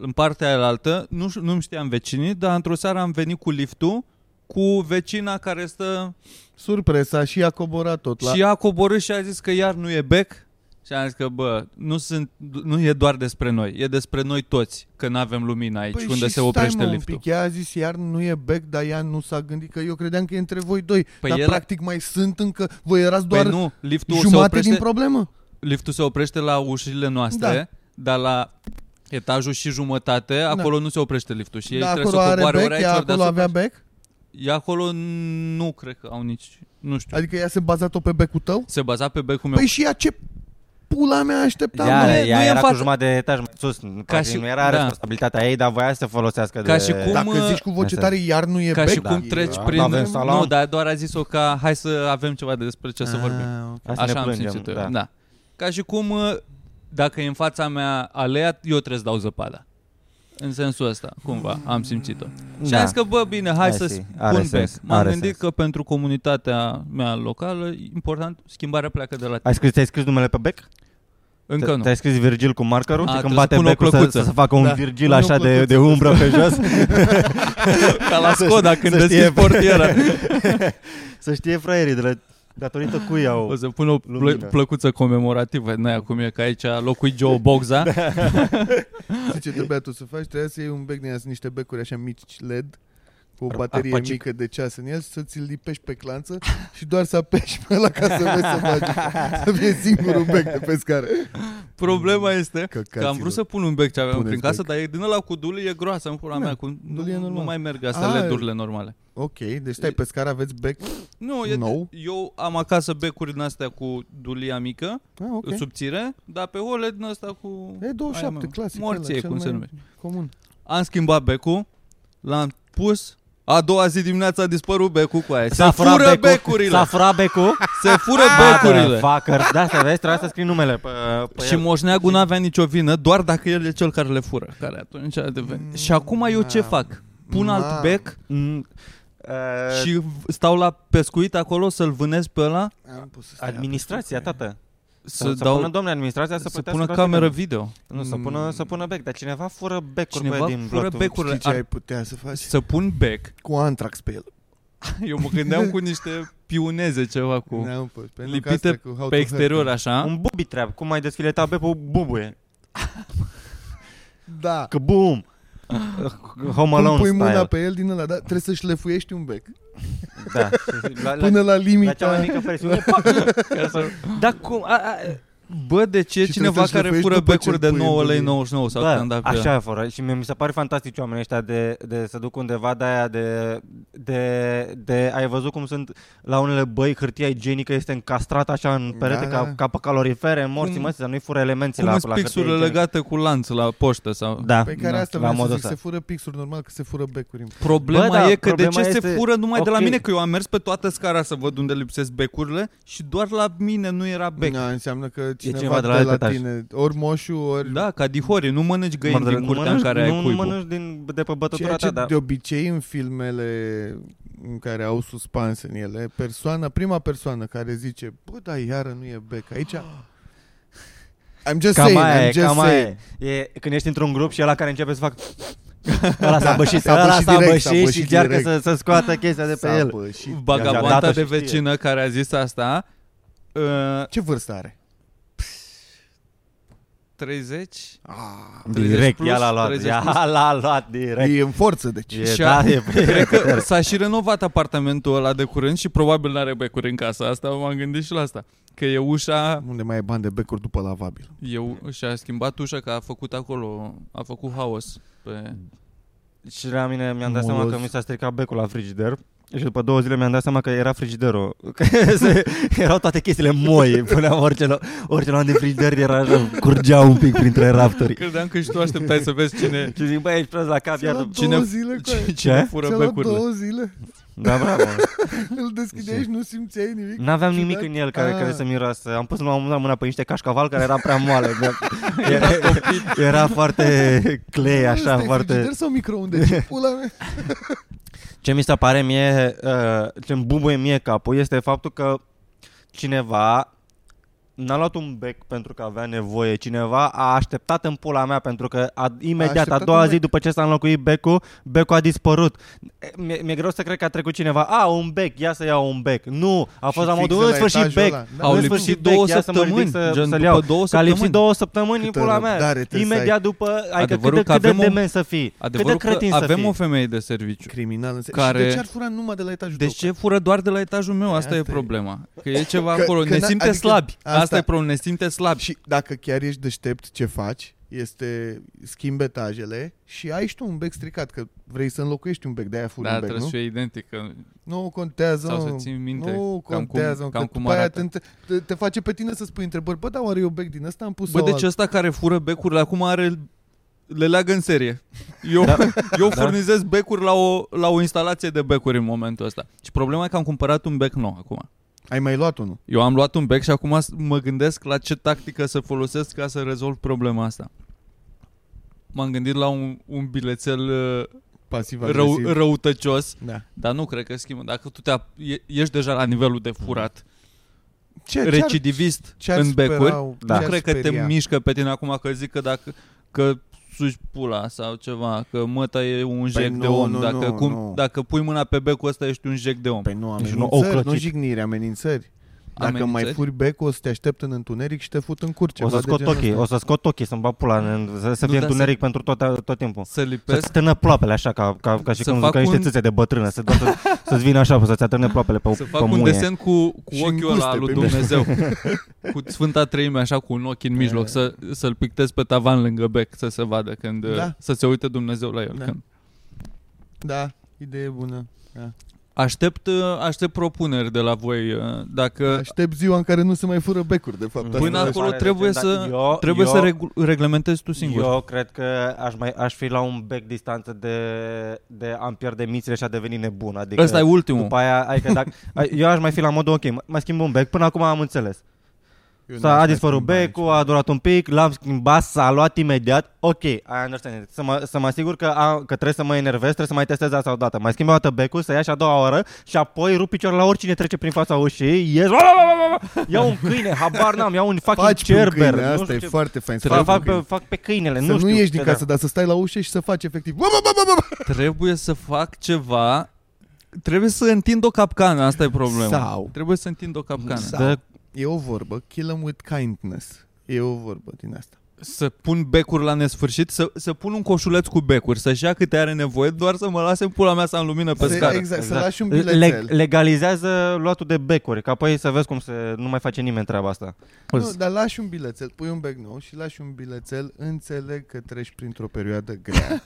D: În partea aia altă, nu, ș- nu-mi știam vecinii, dar într-o seară am venit cu liftul cu vecina care stă
B: Surpresa și a coborat tot la...
D: Și ea a coborât și a zis că iar nu e bec și am zis că, bă, nu, sunt, nu e doar despre noi, e despre noi toți, că nu avem lumină aici, păi unde
B: și
D: se
B: stai,
D: oprește
B: mă,
D: liftul.
B: Un pic. Ea a zis iar nu e bec, dar ea nu s-a gândit că eu credeam că e între voi doi.
D: Păi
B: Păi dar
D: el-
B: practic mai sunt încă... Voi erați doar
D: păi nu, liftul se,
B: jumate
D: oprește,
B: din problemă?
D: liftul se oprește la ușile noastre, da. dar la etajul și jumătate, acolo nu se oprește liftul și ei
B: Da,
D: trebuie
B: acolo
D: să
B: are
D: coboare ori
B: bec,
D: aici,
B: ea
D: ori
B: acolo
D: deasupra.
B: avea bec?
D: Ea acolo nu cred că au nici, nu știu.
B: Adică ea se baza tot pe becul tău?
D: Se baza pe becul meu.
B: Păi și ea ce pula mea aștepta?
C: Ea,
B: mă?
D: Da, nu e- nu
C: ea
D: e în
C: era
D: față.
C: cu jumătate de etaj mai sus, ca
D: și-
C: și, nu era da.
D: da.
C: responsabilitatea ei, dar voia să se folosească
D: Ca
C: de... Da,
D: și cum-
B: Dacă
D: mă-
B: zici cu voce
C: Asta.
B: tare iar nu e
D: ca
B: bec?
D: și cum
B: da.
D: treci
C: Da,
D: prin...
C: avem salam.
D: Nu, dar doar a zis-o ca hai să avem ceva de despre ce
B: Ah.
D: să vorbim.
C: Hai să
D: Așa
C: ne
D: am
C: plângem,
D: simțit eu,
C: da.
D: da. da. Ca și cum, uh, dacă e în fața mea alea, eu trebuie să dau zăpada. În sensul ăsta, cumva, am simțit-o. Și da.
C: Da.
D: am zis că, bă, bine, hai
C: I
D: să
C: see. Are
D: spun bec.
C: sens,
D: M-am
C: are
D: gândit
C: sens.
D: că pentru comunitatea mea locală, important, schimbarea pleacă de la tine.
C: Ai scris, ți-ai scris numele pe bec?
D: Încă nu.
C: Te-ai scris Virgil cu markerul
D: A,
C: și când
D: trebuie să
C: bate
D: pun o
C: becul să,
D: plăcuță.
C: să, să facă un
B: Da.
C: Virgil
B: Pune o
C: așa de,
B: plăcuță.
C: de umbră pe jos,
D: Ca la Skoda când
C: să știe-
D: deschizi portiera.
C: să știe fraierii de la, datorită cui au...
D: O să pun o
C: Lumină.
D: plă- plăcuță comemorativă. N-ai acum e că aici a locuit Joe Boxa.
B: Știi ce trebuia tu să faci? Trebuia să iei un bec din ăia, sunt niște becuri așa mici LED cu o
C: Ar-
B: baterie
C: arpacic.
B: mică de ceas în el și să ți-l lipești pe clanță și doar să apeși pe la ca să vezi să faci. Să fie singurul bec de pe scară.
D: Problema este că am
B: Căcaților.
D: vrut să pun un bec ce aveam
B: Puneți
D: prin casă,
B: bec.
D: dar e din ăla cu dulii, e groasă în pula
B: Da,
D: mea. Cu, nu,
B: dulii e
D: nu
B: normal.
D: mai merg astea
B: A,
D: ledurile normale.
B: Ok, deci stai pe scară, aveți bec.
D: Nu, e,
B: Nou?
D: eu am acasă becuri din astea cu dulia mică,
B: Ah, ok.
D: okay. subțire, dar pe OLED din asta cu...
B: E 27,
D: Aia, mă,
B: clasic.
D: morție,
B: ăla, cel
D: cum se
B: mai
D: numește.
B: Comun.
D: Am schimbat becul, l-am pus, a doua zi dimineața a dispărut becul cu aia. Se
C: S-a furat
D: fură
C: becul,
D: becurile!
C: S-a Ah, furat becul.
D: Se fură becurile!
C: Fucker. Da, să vezi, trebuia să scrii numele pe, pe
D: Păi Și
C: el.
D: moșneagul nu avea nicio vină, doar dacă el e cel care le fură, care atunci a
B: Mm,
D: devenit. Și acum eu ce
B: Mamă.
D: fac? Pun alt
B: Mamă.
D: bec
C: Mm, uh,
D: și v- stau la pescuit acolo să-l vânez pe ăla,
B: Am pus să stai
C: uh, Administrația, tată.
D: să,
C: Să, să
D: dau,
C: pună, domne, administrația să
D: să
C: putea
D: pună
C: să dea
D: cameră
C: filme.
D: video.
C: Nu, să pună, să pună bec. Dar cineva fură becuri
D: Cineva
C: bă, din
D: fură
C: blotul.
D: becuri.
B: Știi ce
D: Ar-
B: ai putea să faci?
D: Să pun bec
B: Cu antrax pe el.
D: Eu mă gândeam cu niște piuneze ceva cu...
B: Ne-am pus, pentru că
D: Lipite
B: astea cu how to
D: Pe
B: hurt
D: exterior
B: them.
D: așa.
C: Un bubi trap, cum ai desfiletat pe bubuie.
B: Da.
C: Că bum!
D: Ah.
C: Home
B: Cum
C: Alone
B: pui
C: style.
B: mâna pe el din ăla, dar trebuie să șlefuiești un bec.
C: Da. Și La, la,
B: Până la
C: la cea mai
B: limita.
C: mică presiune. Pac! Ca să-
D: Păi, Dar cum... A, a, Bă, de ce
B: Și
D: cineva
B: trebuie să-l
D: care
B: făiești
D: fură
B: după ce
D: becuri de
B: îl pui în
D: 9 lei
B: buzunar?
D: 99 sau când
C: Bă,
D: da,
C: așa e fără. Și mie mi se pare fantastic oamenii ăștia de, de să duc undeva de aia de, de, de... Ai văzut cum sunt la unele băi hârtia igienică este încastrată așa în perete
B: Da,
C: ca,
B: da.
C: ca pe calorifere, morții
D: Cum-
C: mă, să nu-i fură elemente la,
D: Cum sunt
C: la hârtie
D: pixurile
C: igienică.
D: legate cu lanț la poștă sau...
C: Da,
B: Pe Păi care
D: Da,
B: asta
C: la
B: vreau să
C: modul
B: zic, se
C: ăsta.
B: fură pixuri normal că se fură becuri. în-
D: Problema
C: Bă, da,
D: e că
C: problema
D: de ce se
C: este-
D: fură numai de la
C: ok.
D: mine? Că eu am mers pe toată scara să văd unde lipsesc becurile și doar la mine nu era bec.
B: Na, Da, înseamnă că cineva,
C: cineva de la
B: de
C: alt
B: la,
C: etaj.
B: tine, ori moșu, ori...
D: Da, ca dihori, nu mănânci găini
C: Mă, dar
D: din
C: nu
D: curtea în
C: mănânci-
D: care ai
C: nu
D: cuibul.
C: mănânci din, de pe
B: Ceea
C: bătătura
B: ce
C: ta, da.
B: de obicei în filmele în care au suspans în ele, persoana, prima persoană care zice, bă, dar iară nu e bec aici. I'm just
C: Cam
B: saying,
C: aia
B: I'm
C: e,
B: just
C: cam
B: saying.
C: aia e. e. Când ești într-un grup și ăla care începe să fac... Ăla s-a bășit,
B: s-a
C: ăla
B: bășit
C: s-a
B: direct, s-a
C: bășit și
B: bășit
C: încearcă
B: direct.
C: să, să scoată chestia de pe
B: S-a
C: el.
B: pășit.
C: Așa,
D: Vagabonda
C: dată
D: de
C: știe.
D: vecină care a zis asta, uh,
B: Ce vârstă are?
D: 30,
B: Ah,
D: 30
C: Direct,
D: plus,
C: ea l-a luat,
D: 30
C: ea
D: plus.
C: l-a luat direct.
B: e în forță, deci.
C: E,
D: Și
C: da,
D: a-
C: e,
D: Cred că s-a și renovat apartamentul ăla de curând și probabil n-are becuri în casa asta, m-am gândit și la asta. Că e ușa,
B: Unde mai e bani de becuri după lavabil?
D: e, u- și-a schimbat ușa că a făcut acolo, a făcut haos pe...
C: și la mine mi-am dat
B: Molos.
C: seama că mi s-a stricat becul la frigider. Și după două zile mi-am dat seama că era frigiderul. Că se- erau toate chestiile moi. Puneam orice, lo- orice luam din frigider era rău. Curgea un pic printre rafturi.
D: Credeam că și tu așteptai să vezi cine,
C: Și zic, băi, ești prost la cap, iar...
D: Cine-
B: două zile cu aia.
D: cine, cine fură
B: Ți-a luat
D: becurile.
B: două zile.
C: Da, bravo.
B: Îl deschideai
C: Ce?
B: și nu simțeai nimic.
C: N-aveam
B: Ciudat.
C: nimic în el care,
B: Ah.
C: care să miroasă. Am pus la un moment dat mâna pe niște cașcaval care era prea moale. era, era foarte clay,
B: Ăsta
C: așa,
B: e
C: foarte...
B: frigider sau microunde? Ce pula mea?
C: Ce mi se pare mie, uh, ce îmi bubuie mie capul, este faptul că cineva n-a luat un bec pentru că avea nevoie. Cineva a așteptat în pula mea pentru că a, imediat, a,
B: așteptat
C: doua
B: un
C: zi
B: bec.
C: după ce s-a înlocuit becul, becul a dispărut. E, Mi-e, mi-e greu să cred că a trecut cineva. A, un bec, ia să iau un bec. Nu, a
B: Și
C: fost la
B: fix
C: modul,
B: de
C: în
B: la
C: sfârșit
B: etajul
C: bec.
B: ăla. Da.
C: În
D: Au
C: sfârșit
D: lipsit
C: bec,
D: două
C: ia să mă ridic
D: săptămâni,
C: să-
D: gen
C: să-l
D: după
C: iau.
D: două
C: Că a lipsit
D: săptămâni.
C: două săptămâni în
B: Câtă
C: pula mea.
B: răbdare trebuie să ai.
C: Imediat după, adică cât
D: Adevărul
C: de,
D: că
C: cât de
D: avem o-
C: dement să fii. Cât de
D: Adevărul că
C: cretin să
D: avem
C: fii.
D: o femeie de serviciu.
B: Criminal în Care...
D: Care-
B: Și de ce ar fura numai de la etajul
D: Deci
B: tău?
D: ce fură doar de la etajul meu, asta,
B: Asta
D: e
B: e.
D: problema. Că e ceva
B: Că-
D: acolo,
B: că
D: ne
B: n-a-
D: simte
B: adică
D: slabi. Asta,
B: asta-
D: e problema, ne simte slabi.
B: Și dacă chiar ești deștept, ce faci este schimbi etajele și ai și tu un bec stricat, că vrei să înlocuiești un bec, de-aia furi
D: Da,
B: un bec,
D: trebuie
B: nu?
D: să fie identic. Că
B: Nu contează,
D: Sau
B: mă.
D: să ții minte
B: nu
D: cam cum-
B: contează, mă,
D: cam
B: că
D: cum
B: după aia
D: arată.
B: Te, te, te, face pe tine să spui întrebări, bă, dar oare eu bec din ăsta am pus
D: Bă,
B: sau
D: deci
B: alt?
D: ăsta care fură becuri acum are le leagă în serie. Eu, da. eu
C: Da.
D: furnizez becuri la o, la o instalație de becuri în momentul ăsta. Și problema e că am cumpărat un bec nou acum.
B: Ai mai luat unul?
D: Eu am luat un bec și acum s- mă gândesc la ce tactică să folosesc ca să rezolv problema asta. M-am gândit la un, un bilețel uh,
B: Pasiv
D: rău,
B: agresiv.
D: răutăcios,
B: Da.
D: dar nu cred că schimbă. Dacă tu te ap- e- ești deja la nivelul de furat,
B: Ce, ce-ar-
D: recidivist
B: ce-ar
D: în becuri,
B: sperau,
C: Da.
D: da.
B: ce-ar
D: nu cred că te
B: speria?
D: mișcă pe tine acum că zic că dacă că suși pula sau ceva, că măta e un jec de
B: Păi nu,
D: om,
B: nu,
D: dacă,
B: nu,
D: cum,
B: nu.
D: dacă pui mâna pe becul ăsta ești un jec de om.
B: Păi nu,
C: Deci nu au
B: amenințări, nu
C: clătit.
B: jigniri, amenințări. Dacă
D: Amenințări?
B: mai furi becul, o să te aștept în întuneric și te fut în curce.
C: O să scot ochii, o să scot ochii să-mi bag pula, în- să, să
D: Nu,
C: fie
D: dar
C: întuneric pentru tot, tot timpul.
D: Să
C: Să
D: lipesc,
C: stână ploapele așa, ca, ca, ca și
D: Să
C: cum
D: fac
C: ca niște
D: un-
C: țâțe de bătrână, să, doar să, să-ți vină așa, să-ți atârne ploapele pe,
D: să
C: pe
D: fac un
C: muie.
D: desen cu, cu
B: Și
D: ochiul ăla al
B: înguste
D: lui
B: pe
D: Dumnezeu, cu Sfânta Treime așa cu un ochi în mijloc, să, să-l pictez pe tavan lângă bec să se vadă când,
B: Da.
D: să se uite Dumnezeu la el.
B: Da.
D: Când.
B: Da, idee bună. Da.
D: Aștept, uh, aștept propuneri de la voi, uh, dacă
B: Aștept ziua în care nu se mai fură becuri, de fapt.
D: Până
B: Asta-
C: mi se
D: acolo
C: pare
D: trebuie
C: decent,
D: să-
C: dar eu,
D: trebuie
C: eu,
D: să regu- reglementezi tu singur.
C: Eu cred că aș, mai, aș fi la un bec distanță de, de am pierde mințile și a devenit nebun. Adică
D: Ăsta e ultimul.
C: După aia, adică dacă, ai- eu aș mai fi la modul, ok, mă- mai schimb un bec, până acum am înțeles.
B: Eu
C: S-a
B: n-aș
C: a
B: mai
C: dispărut
B: schimba
C: becul,
B: nici.
C: a durat un pic, l-am schimbat, s-a luat imediat. Ok, I understand. it. Să mă, să mă asigur că, a, că trebuie să mă enervez, trebuie să mai testez asta odată. Mai schimb o dată becul, să ia și a doua oră și apoi rup piciorul la oricine trece prin fața ușii. Ies, iau un câine, habar n-am, iau un fucking
B: Faci pe un
C: cerber.
B: câine,
C: nu
B: asta
C: știu
B: e
C: ce-
B: foarte fain. Să
C: Să
B: faci
C: fac
B: pe un
C: pe,
B: câine.
C: fac pe câinele,
B: Să
C: nu,
B: nu
C: știu.
B: ieși din
C: Da.
B: casă, dar să stai la ușă și să faci efectiv. Bă, bă, bă, bă, bă.
D: trebuie să fac ceva Trebuie să întind o capcană, asta e problema.
B: Sau-
D: Trebuie să întind o capcană.
B: Sau-
C: Dă,
B: E o vorbă, kill 'em with kindness. E o vorbă din asta.
D: Să pun becuri la nesfârșit, să, să pun un coșuleț cu becuri, să-și ia câte are nevoie, doar să mă lase în pula mea să am lumină pe
B: Se-
D: scară.
B: exact, să
C: exact.
B: lași un
C: le-
B: bilețel.
C: legalizează luatul de becuri, ca apoi să vezi cum se, nu mai face nimeni treaba asta.
B: Nu, dar lași un bilețel, pui un bec nou și lași un bilețel, înțeleg că treci printr-o perioadă grea.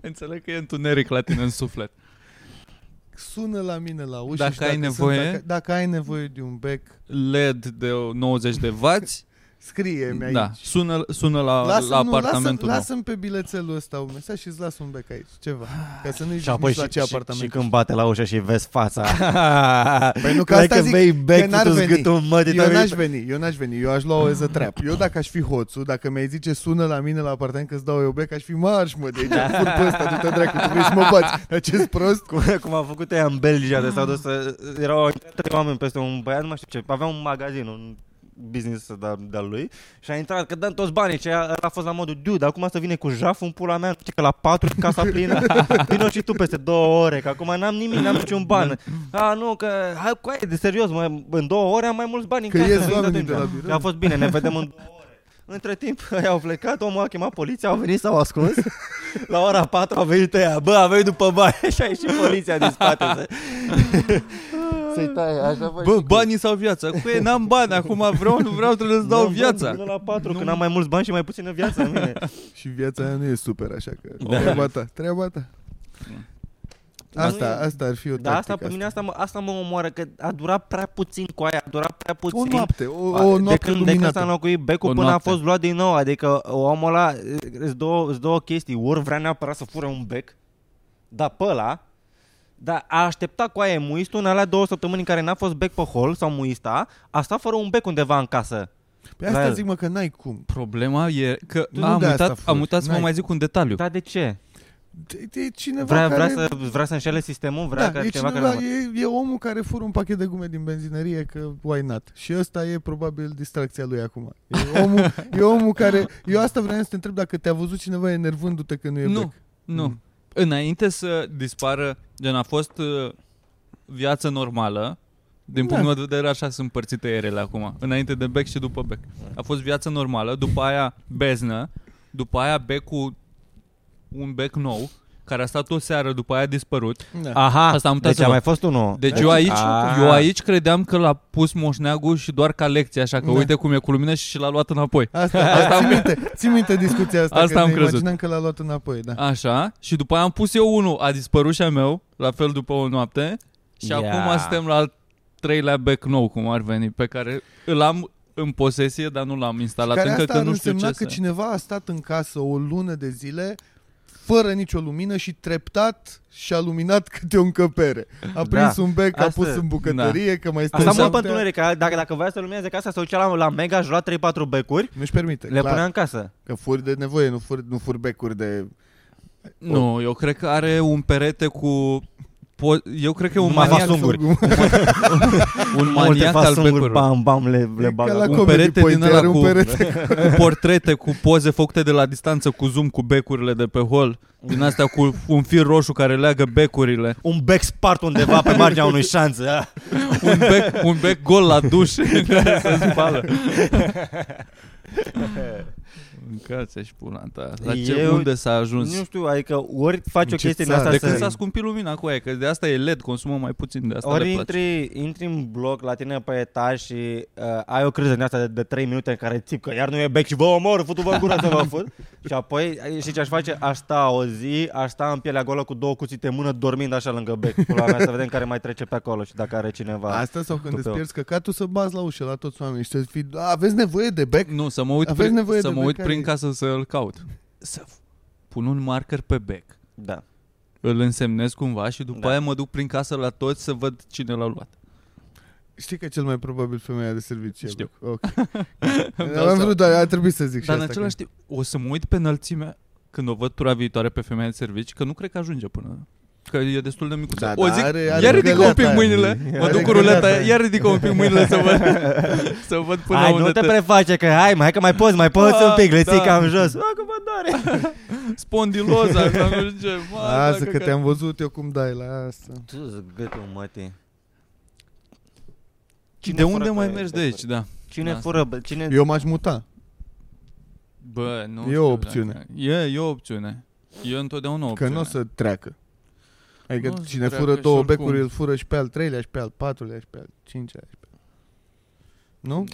D: Înțeleg că e întuneric la tine în suflet.
B: Sună la mine la ușă
D: Dacă
B: și
D: ai
B: dacă,
D: nevoie-
B: sunt, dacă, dacă ai nevoie de un bec,
D: LED de 90 de vați,
B: scrie-mi aici.
D: da, sună, sună la,
B: Lasă,
D: la
B: nu,
D: apartamentul
B: lasă,
D: meu.
B: lasă-mi pe bilețelul ăsta un mesaj și îți las un bec aici, ceva. Ca să nu-i
C: Și
B: zici
C: apoi
B: nici
C: și,
B: la ce
C: și,
B: apartament.
C: și când bate la ușă și vezi fața.
B: Păi nu, că asta
C: Like când
B: zic,
C: bei bec,
B: că n-ar
C: tu-ți
B: veni.
C: gâtul în măt,
B: Eu
C: te-ai
B: n-aș veni, eu n-aș veni, eu aș lua o as a trap. Eu dacă aș fi hoțul, dacă mi-ai zice sună la mine la apartament că îți dau eu bec, aș fi marș mă de aici, fur pe ăsta, du-te dracu, tu vrei să mă bați. Dar ce prost?
C: cum, cum a făcut ea în Belgia de s-au dus să, erau trei oameni peste un băiat, nu mai știu ce, avea un magazin, un business de-al de lui și a intrat că dăm toți banii și a, a fost la modul dude, acum să vine cu jaf în pula mea, știi că la patru e casa plină, vino și tu peste două ore, că acum n-am nimic, n-am niciun ban.
B: Da.
C: A, nu, că hai cu aia, de serios, mă, în două ore am mai mulți bani în
B: Că
C: casă.
B: ies
C: veniți
B: oamenii
C: atunci."
B: de la birou.
C: Și A fost bine, ne vedem în două ore. Între timp, i-au plecat, omul a chemat poliția, au venit, s-au ascuns. La ora 4 a venit ea, bă, a venit după bani și a ieșit poliția din spate. Să... Să-i taie, așa bă,
D: Bă, banii sau viața? Cu ei n-am bani, acum vreau, nu vreau, trebuie să dau viața.
C: Până la 4, când am mai mulți bani și mai puțină viață în mine.
B: Și viața aia nu e super așa că
C: Da.
B: treaba ta, treaba ta. Asta,
D: Da.
C: Nu e-
B: asta ar fi o
C: Dar Da, asta, pe
B: tactică
C: mine asta mă, asta mă omoară, că a durat prea puțin cu aia, a durat prea puțin.
B: O noapte, o,
C: A,
B: o noapte
C: de când, de când s-a
B: luminată.
C: înlocuit becul
D: O
C: până
D: noapte.
C: a fost luat din nou Adică omul ăla Sunt două, îs două chestii Ori vrea neapărat să fure un bec Dar pe ăla Dar a așteptat cu aia muistul În alea două săptămâni în care n-a fost bec pe hol Sau muista A stat fără un bec undeva în casă
B: Pe Păi asta
C: Rael.
B: zic mă că n-ai cum.
D: Problema e că
B: Tu nu
D: am
B: de asta
D: uitat, am
B: furi,
D: uitat să mă
B: n-ai.
D: mai zic un detaliu.
C: Dar de ce?
B: E- E cineva
C: Vrea,
B: care...
C: vrea, să, vrea să înșele sistemul? Vrea
B: da,
C: ca
B: e,
C: cineva
B: cineva,
C: care...
B: e, e omul care fură un pachet de gume din benzinărie că why not? Și ăsta e probabil distracția lui acum. E omul, e omul care... Eu asta vreau să te întreb dacă te-a văzut cineva enervându-te că nu e
D: Nu,
B: bec.
D: nu.
B: Mm.
D: Înainte să dispară, gen a fost uh, viață normală, din
B: Da.
D: punctul meu de vedere așa sunt împărțite erele acum, înainte de bec și după bec. A fost viață normală, după aia beznă, după aia becul, un bec nou, care a stat o seară, după aia a dispărut.
B: Da.
C: Aha,
D: Asta am uitat
C: deci
D: să
C: a
D: văd.
C: mai fost unul
D: Deci eu aici,
C: Ah.
D: eu aici credeam că l-a pus moșneagul și doar ca lecție, așa că
B: Da.
D: uite cum e cu lumină și l-a luat înapoi.
B: Asta, asta ții minte, ții minte discuția asta,
D: Asta
B: că
D: am
B: ne
D: crezut.
B: imaginam că l-a luat înapoi, da.
D: Așa, și după aia am pus eu unul, a dispărut și a meu, la fel după o noapte, și
C: Ia.
D: acum suntem la al treilea bec nou, cum ar veni, pe care îl am în posesie, dar nu l-am instalat
B: Care
D: încă,
B: asta
D: că
B: ar
D: nu știu
B: însemna
D: ce
B: că
D: să...
B: cineva a stat în casă o lună de zile fără nicio lumină și treptat și-a luminat câte o încăpere. A prins un bec, a
C: Da. Asta- da.
B: pus în bucătărie, că mai stă
C: Asta
B: noaptea.
C: mult pe întuneric, că dacă, dacă voia să lumineze casa, se ducea la, la Mega și lua 3-4 becuri,
B: Nu-și permite,
C: le
B: clar.
C: punea în casă.
B: Că furi de nevoie, nu furi, nu furi becuri de...
D: Nu, eu cred că are un perete cu... Po- eu cred că e un
C: Numai
D: maniac,
C: fasunguri.
D: un
C: Multe
D: maniac al
C: fasunguri,
D: becurilor.
C: Bam, bam, le, le
B: Ca
C: bagă.
B: la
C: acum.
D: un
B: Comedy
D: perete
B: Point,
D: din ăla
B: are un
D: cu-
B: perete.
D: cu portrete, cu poze făcute de la distanță, cu zoom, cu becurile de pe hol, din astea cu un fir roșu care leagă becurile,
C: un bec spart undeva pe marginea unui șanț. da.
D: un bec, un bec gol la duș în care se spală. Mâncați și pula ta. La ce,
C: Eu-
D: unde s-a ajuns?
C: Nu știu, adică ori faci o
B: În ce
C: chestie din
B: țară?
C: asta
D: de
B: De
D: când
C: să...
D: s-a scumpit lumina cu aia, că de asta e LED, consumă mai puțin, de asta le
C: Ori
D: place.
C: intri, intri în bloc la tine pe etaj și uh, ai o criză din asta de, de 3 minute în care țip că iar nu e bec și vă omor, futu-vă în gură să vă fut. și apoi, și ce aș face? Aș sta o zi, aș sta în pielea goală cu două cuțite în mână dormind așa lângă bec. Pula mea, să vedem care mai trece pe acolo și dacă are cineva.
B: Asta sau când
C: Tupeu.
B: îți pierzi căcatul să bați la ușă la toți oamenii și să fii, "A, aveți nevoie de bec?
D: Nu, să mă uit,
B: Aveți
D: prin,
B: nevoie
D: să
B: de
D: mă uit
B: becare.
D: prin casă să-l caut. Să pun un marker pe bec.
C: Da.
D: îl însemnez cumva și după da.
C: Da.
D: aia mă duc prin casă la toți să văd cine l-a luat.
B: Știi că cel mai probabil femeia de serviciu. e
D: Știu.
B: bec. Ok.
D: dau
B: Am vrut, dar a trebuit să zic
D: Dar
B: și
D: în
B: Deci asta.
D: același timp, o să mă uit pe înălțimea când o văd tura viitoare pe femeia de servici, că nu cred că ajunge până...
B: că-
D: că e destul de micuță.
B: Da,
D: o
B: da,
D: zic,
B: are- are
D: iar ridic un
B: găleata
D: pic
B: aia.
D: mâinile, mă
B: Are
D: duc cu ruleta,
B: găleata aia.
D: iar ridic un pic mâinile să văd, să văd până
C: hai,
D: unde
C: nu te, preface că hai, mai- hai că mai poți, mai poți
D: Ah,
C: un pic, le ții
D: da.
C: cam jos. Ah, că mă doare.
D: spondiloza, da, nu știu ce. Mă,
B: Asta
D: dacă
B: că te-am văzut eu cum dai la asta.
C: Tu gâtul mătii.
D: De unde mai mergi de aici, da.
C: Cine
D: Da,
C: fură? bă, Cine...
B: Eu m-aș muta.
D: Bă, nu
B: E
D: știu
B: o
D: dacă-
B: opțiune.
D: E, e o opțiune. E întotdeauna o
B: Că
D: opțiune.
B: nu o să treacă. Adică
D: Nu o să
B: cine
D: treacă
B: fură
D: și
B: două
D: oricum.
B: becuri, îl fură și pe al treilea, și pe al patrulea, și pe al cincilea, și pe al... Nu?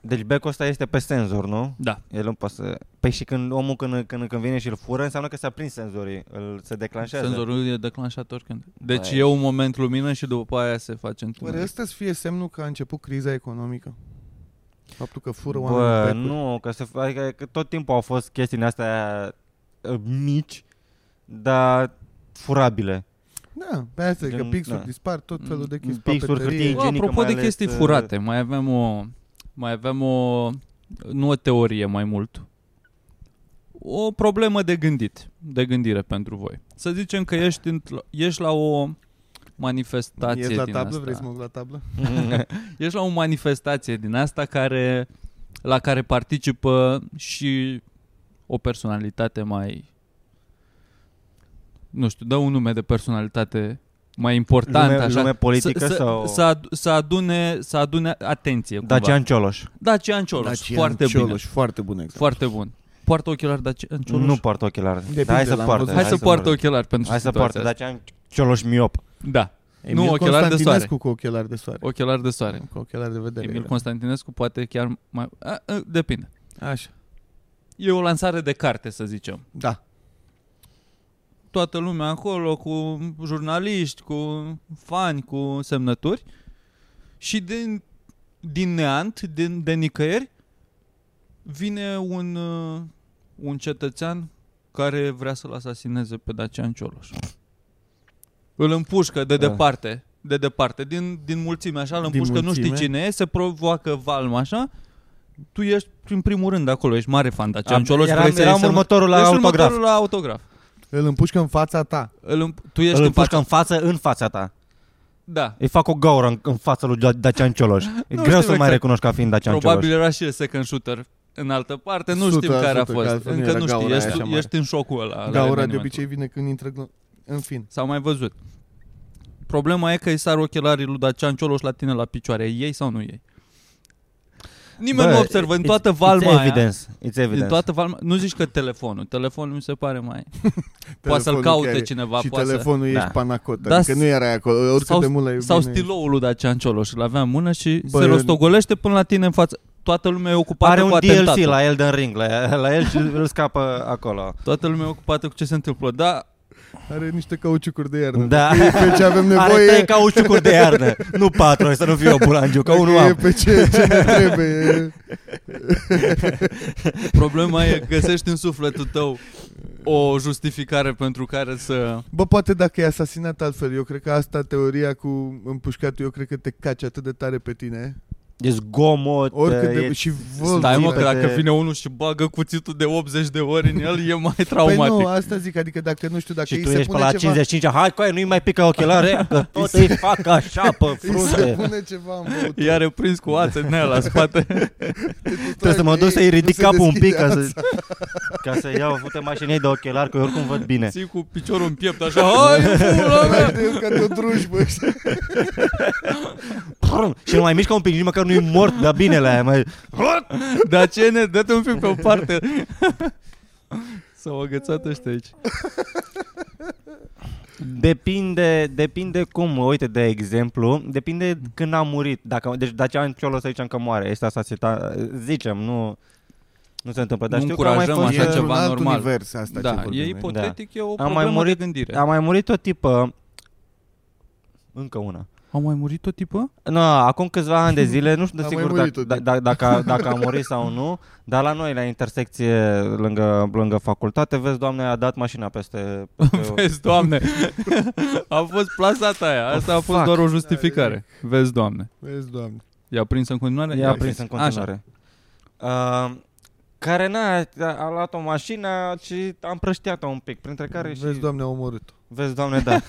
C: Deci becul ăsta este pe senzor, nu?
D: Da.
C: El nu poate să... Păi și când omul când, când, când vine și îl fură, înseamnă că s-a prins senzorii, îl, se declanșează.
D: Senzorul e declanșat oricând. Deci
C: Băi.
D: e un moment lumină și după aia se face
B: Oare
D: întuneric.
B: ăsta să fie semnul că a început criza economică? Faptul că fură
C: Bă,
B: oamenii becuri.
C: nu, că, se, adică, că tot timpul au fost chestiile astea uh, mici, dar furabile.
B: Da, pe asta, e, că
C: Gen,
B: pixuri
C: da.
B: dispar, tot felul de
D: Mm,
B: chestii,
C: pixuri,
B: papetărie.
C: hârtii.
D: Bă,
C: igienică,
D: apropo
C: mai
D: de
C: ales,
D: chestii
C: uh,
D: furate, mai avem o... Mai avem o... Nu o teorie mai mult. O problemă de gândit, de gândire pentru voi. Să zicem că ești, într- ești la o manifestație
B: Ești la
D: din
B: tablă?
D: asta.
B: Vrei să mă duc la tablă?
D: Ești la o manifestație din asta care, la care participă și o personalitate mai... Nu știu, dă un nume de personalitate mai important.
C: Lume-
D: așa.
C: lume politică
D: să,
C: sau-
D: Să, să, ad- să, adune, să adune atenție cumva.
C: Dacian Cioloș.
D: Dacian Cioloș,
B: Dacian
D: foarte bine.
B: Cioloș, foarte bun exemplu.
D: Foarte bun. Poartă ochelari Dacian Cioloș?
C: Nu poartă ochelari.
B: Depinde,
C: Dar hai să
B: l-am
C: poartă.
B: văzut.
D: Hai, să poartă
C: mă-
D: ochelari pentru
C: Hai să
D: situația
C: poartă
D: asta.
C: Dacian Cioloș miop.
D: Da. Nu, ochelari de soare.
B: Constantinescu cu ochelari de soare.
D: Ochelari de soare.
B: Cu ochelari de vedere.
D: Emil
B: era.
D: Constantinescu poate chiar mai... A, a, depinde.
B: Așa.
D: E o lansare de carte, să zicem.
B: Da.
D: toată lumea acolo cu jurnaliști, cu fani, cu semnături și din, din neant, din, de nicăieri, vine un, uh, un cetățean care vrea să-l asasineze pe Dacian Cioloș. Îl împușcă de
C: Da.
D: departe, de departe, din, din mulțime așa, îl
B: Din
D: împușcă, nu știi
B: mulțime?
D: cine e, se provoacă valma așa, tu ești în primul rând acolo, ești mare fan Dacian
C: Am-
D: Cioloș.
C: eram-
D: vrei să
C: eram
D: iei semn-
C: următorul la
D: ești
C: autograf.
D: următorul la autograf.
B: Îl împușcă în fața ta.
D: Îl împ- tu ești
C: Îl
D: în
C: împușcă
D: fața...
C: în față, în fața ta.
D: Da.
C: Îi fac o gaură în, în fața lui Da- Dacian Cioloș. E
D: știu
C: greu să mai
D: exact.
C: recunoști ca fiind Dacian
D: Probabil
C: Cioloș.
D: era și el second shooter în altă parte, nu știm
B: 100%,
D: care a
B: că
D: fost.
B: altfel nu
D: Încă
B: era
D: nu știi,
B: gaura aia
D: ești,
B: așa mare.
D: ești în șocul ăla. al
B: Gaura de
D: evenimentului.
B: obicei vine când intră... gl- În fin.
D: S-au mai văzut. Problema e că îi sar ochelarii lui Dacian Cioloș la tine la picioare. Ei sau nu ei? Nimeni
C: Bă,
D: nu observă în
C: it's-
D: toată valma
C: It's
D: aia.
C: evidence. It's
D: Din
C: evidence.
D: toată valma, nu zici că telefonul. Telefonul mi se pare mai... Poate să-l
B: Telefonul
D: caute
B: chiar e-
D: cineva,
B: Și
D: poate să-
B: telefonul
C: Da.
B: ești panacota.
D: Da,
B: Adică
D: s-
B: nu era acolo. Oricât
D: sau-
B: de mult l-ai
D: Sau
B: bine-
D: stiloul lui Dacian Cioloș. Îl avea în mână și
B: Bă,
D: se
B: eu-
D: rostogolește până la tine în față. Toată lumea e ocupată
C: Are
D: cu
C: un
D: atentatul.
C: DLC la Elden Ring, la, la el și îl scapă acolo.
D: Toată lumea e ocupată cu ce se întâmplă. Da,
B: Are niște cauciucuri de iarnă.
C: Da.
B: Dacă e Pe ce avem
C: Are
B: nevoie...
C: trei cauciucuri de iarnă, nu patru, să nu fiu eu bulangiu, că
B: dacă
C: unul
B: e
C: am.
B: pe ce, ce ne trebuie.
D: Problema e că găsești în sufletul tău o justificare pentru care să...
B: Bă, poate dacă e asasinat altfel. Eu cred că asta, teoria cu împușcatul, eu cred că te caci atât de tare pe tine.
C: E zgomot,
B: Oricât
C: Deci e
B: de... Și văl,
D: Stai mă, că
C: de-
D: dacă vine unul și bagă cuțitul de 80 de ori în el, e mai
B: Păi nu,
D: traumatic.
B: asta zic, adică dacă nu știu, dacă
C: și
B: îi
C: tu
B: se
C: ești pe
B: pune
C: la
B: ceva,
C: 55 hai coaie, nu-i mai pică ochelare, că tot îi fac așa pe
B: îi se
C: frunte.
B: pune ceva în băutură.
D: I-a reprins cu ață din aia la spate.
C: Trebuie să
B: adică
C: mă duc să-i ridic
B: Nu se
C: capul un pic
B: deschide
C: ca să, ca să iau fute mașinii de ochelari, că eu oricum văd bine.
D: Ții cu piciorul în piept așa, hai, în pula mea!
B: Uite, eu ca de o drujbă. știi?
C: Prum, și nu mai mișcă un pic, nici măcar nu-i mort, dar bine la aia. Mai...
D: Da ce ne, dă-te un pic pe o parte. S-au agățat ăștia aici.
C: Depinde, depinde cum, uite, de exemplu, depinde când a murit. Dacă, deci Dacian Ciolo să zicem că moare, este asasinat, zicem, nu, nu se întâmplă. Dar
D: Nu
C: știu că a mai
D: încurajăm
C: fost,
D: așa
B: E
D: ceva
B: într-un alt
D: normal.
B: univers asta ce
D: Da,
B: vorbim
D: e
B: noi.
D: ipotetic, e o
C: mai
D: problemă
C: murit-
D: de gândire.
C: A mai murit o tipă, încă una.
D: Au mai murit o tipă?
C: No, acum câțiva ani de zile, nu știu de
B: A mai
C: sigur
B: murit
C: dacă,
B: o
C: da,
B: tipă.
C: da, dacă, dacă a murit sau nu, dar la noi, la intersecție lângă, lângă facultate, vezi, doamne, a dat mașina peste... peste o-
D: Vezi, doamne, a fost plasată aia. Asta a fost
C: Oh, Fuck.
D: doar o justificare. Vezi, doamne.
B: Vezi, doamne.
D: I-a prins în continuare?
C: I-a prins în continuare. Uh, Care na, a, a luat-o mașina și a împrăștiat-o un pic, printre care
B: Vezi,
C: și...
B: doamne, a omorât
C: Vezi, doamne, da.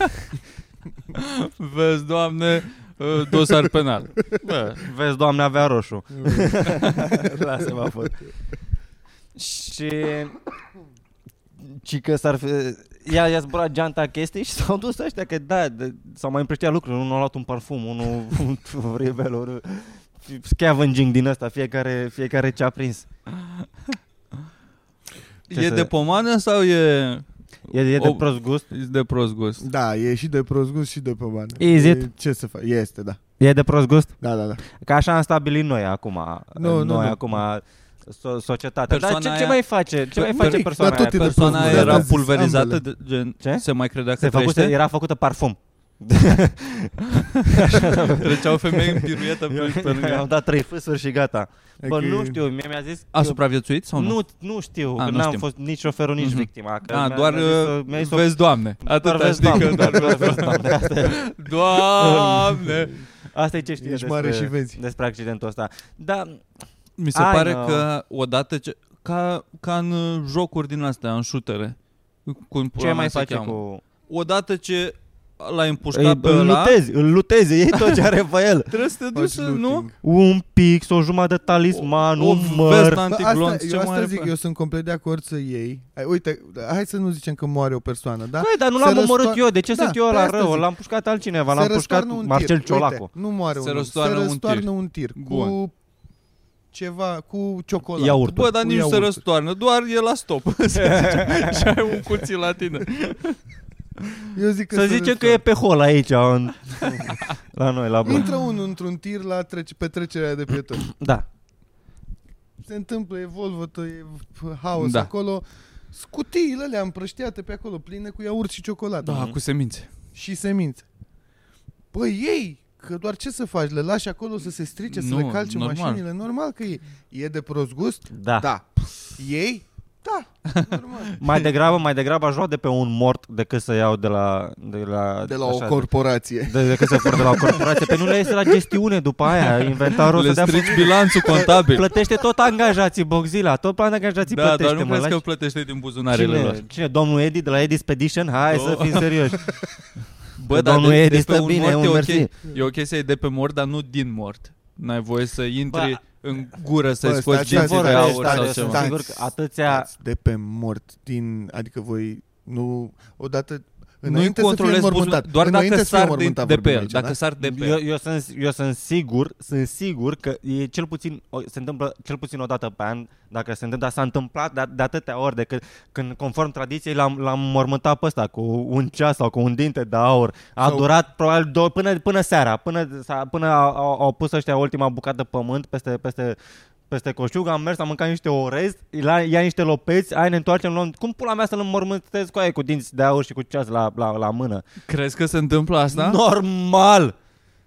D: Vezi, doamne, uh, dosar penal.
C: Bă, vezi, doamne, avea roșu. Lasă-mă apă. Și... Ci că s-ar fi... Ea i-a zburat geanta chestii și s-au dus ăștia că da, de, s-au mai împrăștiat lucruri. Unul a luat un parfum, unul un rivel, unul... Scavenging din ăsta, fiecare, fiecare ce a prins. Ce
D: e
C: să-
D: de pomană sau e
C: E, e de
D: O-
C: prost gust?
D: e de prost gust?
B: Da, e și de prost gust și de pe bani
C: Is
B: E-
C: it?
B: Ce să faci? Este, da
C: E de prost gust?
B: Da, da, da
C: Că așa am stabilit noi acum.
B: Nu,
C: noi
B: nu, nu.
C: acum, so- societatea. Dar
D: Persoana
C: ce, ce
D: aia-
C: mai face? Ce mai
B: Pe-
C: face
B: nimic,
C: persoana
B: Păi, dar tot
C: aia?
B: e de
D: Persoana
B: prost
D: aia
B: gust.
D: era
B: Da, zis,
D: pulverizată,
B: ambele.
D: de, gen,
C: Ce?
D: se mai credea că
C: Se făcuse,
D: trăiește,
C: era făcută parfum.
D: treceau femei în piruietă
C: Eu,
D: pe, pe
C: eu,
D: lângă
C: am
D: ea.
C: dat trei fâsuri și gata.
B: E
C: Bă,
B: că
C: nu
B: e-
C: știu, mie mi-a zis
D: A
C: că-
D: supraviețuit sau nu?
C: nu, nu știu,
D: A,
C: că
D: nu
C: n-am
D: știm.
C: fost nici șoferul, nici
D: Mhm.
C: victima. Că
D: A,
C: mi-a-
D: doar
C: mi-a zis,
D: uh,
C: că mi-a zis o-
D: vezi, doamne.
C: doar
D: Atâta
C: vezi,
D: știi că
C: doamne, doar
D: doar
C: vezi, doamne, asta e.
D: Doamne.
C: Asta e ce știe
B: Ești
C: despre,
B: mare și vezi.
C: despre accidentul ăsta. Da,
D: Mi se
C: I
D: pare
C: know.
D: că odată ce... Ca, ca în uh, jocuri din astea, în șutere. Cum
C: ce
D: pula mea
C: mai
D: se
C: face
D: cheamă.
C: cu...
D: Odată ce l-ai
C: Îi,
D: împușcat pe
C: îl
D: ăla,
C: lutezi, îl lutezi, iei tot ce are pe el.
D: trebuie să te duci,
B: Faci
C: adică
D: să- nu?
B: looting.
C: Un pix, o jumătate de talisman,
D: o
C: un măr.
D: vestă
B: Bă,
D: antiglonț,
B: asta,
D: ce
B: eu
D: mai
B: asta
D: are
B: zic,
D: pe-
B: eu sunt complet de acord să iei. Ai, uite, hai să nu zicem că moare o persoană, da?
C: Băi, dar nu
B: Se
C: l-am
B: răstoar-
C: omorât eu, de ce
B: Da,
C: sunt eu
B: pe
C: la
B: asta
C: rău?
B: zic.
C: L-am pușcat altcineva,
B: Se
C: l-am pușcat
B: răstoarnă un tir.
C: Marcel Ciolacu.
B: Uite, nu moare
D: Se
B: un om,
D: răstoarnă
B: se
D: un
B: răstoarnă
D: tir.
B: un tir. Cu
D: Bun.
B: ceva, cu ciocolată.
C: Iaurt.
D: Bă, dar
B: Cu
D: nici nu se
B: iaurtul.
D: răstoarnă, doar e la stop. se zice. și ai un cuțit la tine.
B: Eu zic că
C: Să
B: se
C: zicem că e
B: răstoarnă.
C: pe hol aici, în... la noi, la bun.
B: Intră unul într-un tir la trece, petrecerea de pietoni.
C: Da.
B: Se întâmplă, e volvătă, e f- haos
D: Da.
B: acolo. Scutiile alea împrăștiate pe acolo, pline cu iaurt și ciocolată.
D: Da, cu semințe.
B: Și semințe. Păi ei, că doar ce să faci? Le lași acolo să se strice, să
D: Nu,
B: le calce
D: normal.
B: mașinile? Normal că e. E de prost gust?
C: Da. da.
B: Da. Ei? Da. Normal.
C: Mai degrabă, mai degrabă aș lua de pe un mort decât să iau de la... De la,
B: De la o
C: așa,
B: corporație.
C: De, decât să fur de la o corporație. Pe nu le iese la gestiune după aia, inventarul
D: Le
C: să dea...
D: strici bilanțul contabil.
C: Plătește tot angajații Boxila, tot plan angajații
D: Da, dar
C: plătește,
D: nu
C: mă,
D: crezi că
C: lași-
D: plătește din buzunarele lor.
C: Cine, cine, domnul Edi de la Edi Expedition? Hai să
D: Do-
C: fim serioși.
D: Bă,
C: Că
D: dar
C: domnul
D: de,
C: Edi
D: de
C: stă
D: pe un
C: bine,
D: mort
C: un
D: e
C: mersi.
D: ok. E ok să iei de pe mort, dar nu din mort. N-ai voie să intri
C: Bă,
D: în gură
B: bă,
D: să-i scoți
B: stați,
D: din
B: stați,
D: de
B: stați,
D: aur
B: stați,
D: sau
B: stați.
D: ceva.
C: Sunt sigur că atâția...
B: Stați de pe mort din... Adică voi nu... Odată...
D: Nu-i
B: Înainte să fie
D: controlezi buzunarul,
B: mormântat.
D: doar
B: înainte
D: dacă
B: să fie
D: sar din,
B: mormântat
D: de pe
B: vorbim
D: el.
B: aici,
D: Dacă
B: da?
D: sar de pe
C: Eu,
D: el.
C: eu, sunt, eu sunt sigur, sunt sigur că e cel puțin, o- se întâmplă cel puțin o dată pe an, dacă se întâmplă, dar s-a întâmplat de, de atâtea ori, de când, când conform tradiției l-am, l-am mormântat pe ăsta cu un ceas sau cu un dinte de aur. A
B: Sau-
C: durat probabil do- până, până seara, până, s-a- până au, au au pus ăștia ultima bucată de pământ peste, peste, peste coșciug, am mers, am mâncat niște orez, la, ia niște lopeți, ai ne întoarcem, luăm, cum pula mea să-l înmormântez cu aia cu dinți de aur și cu ceas la, la, la mână?
D: Crezi că se întâmplă asta?
C: Normal!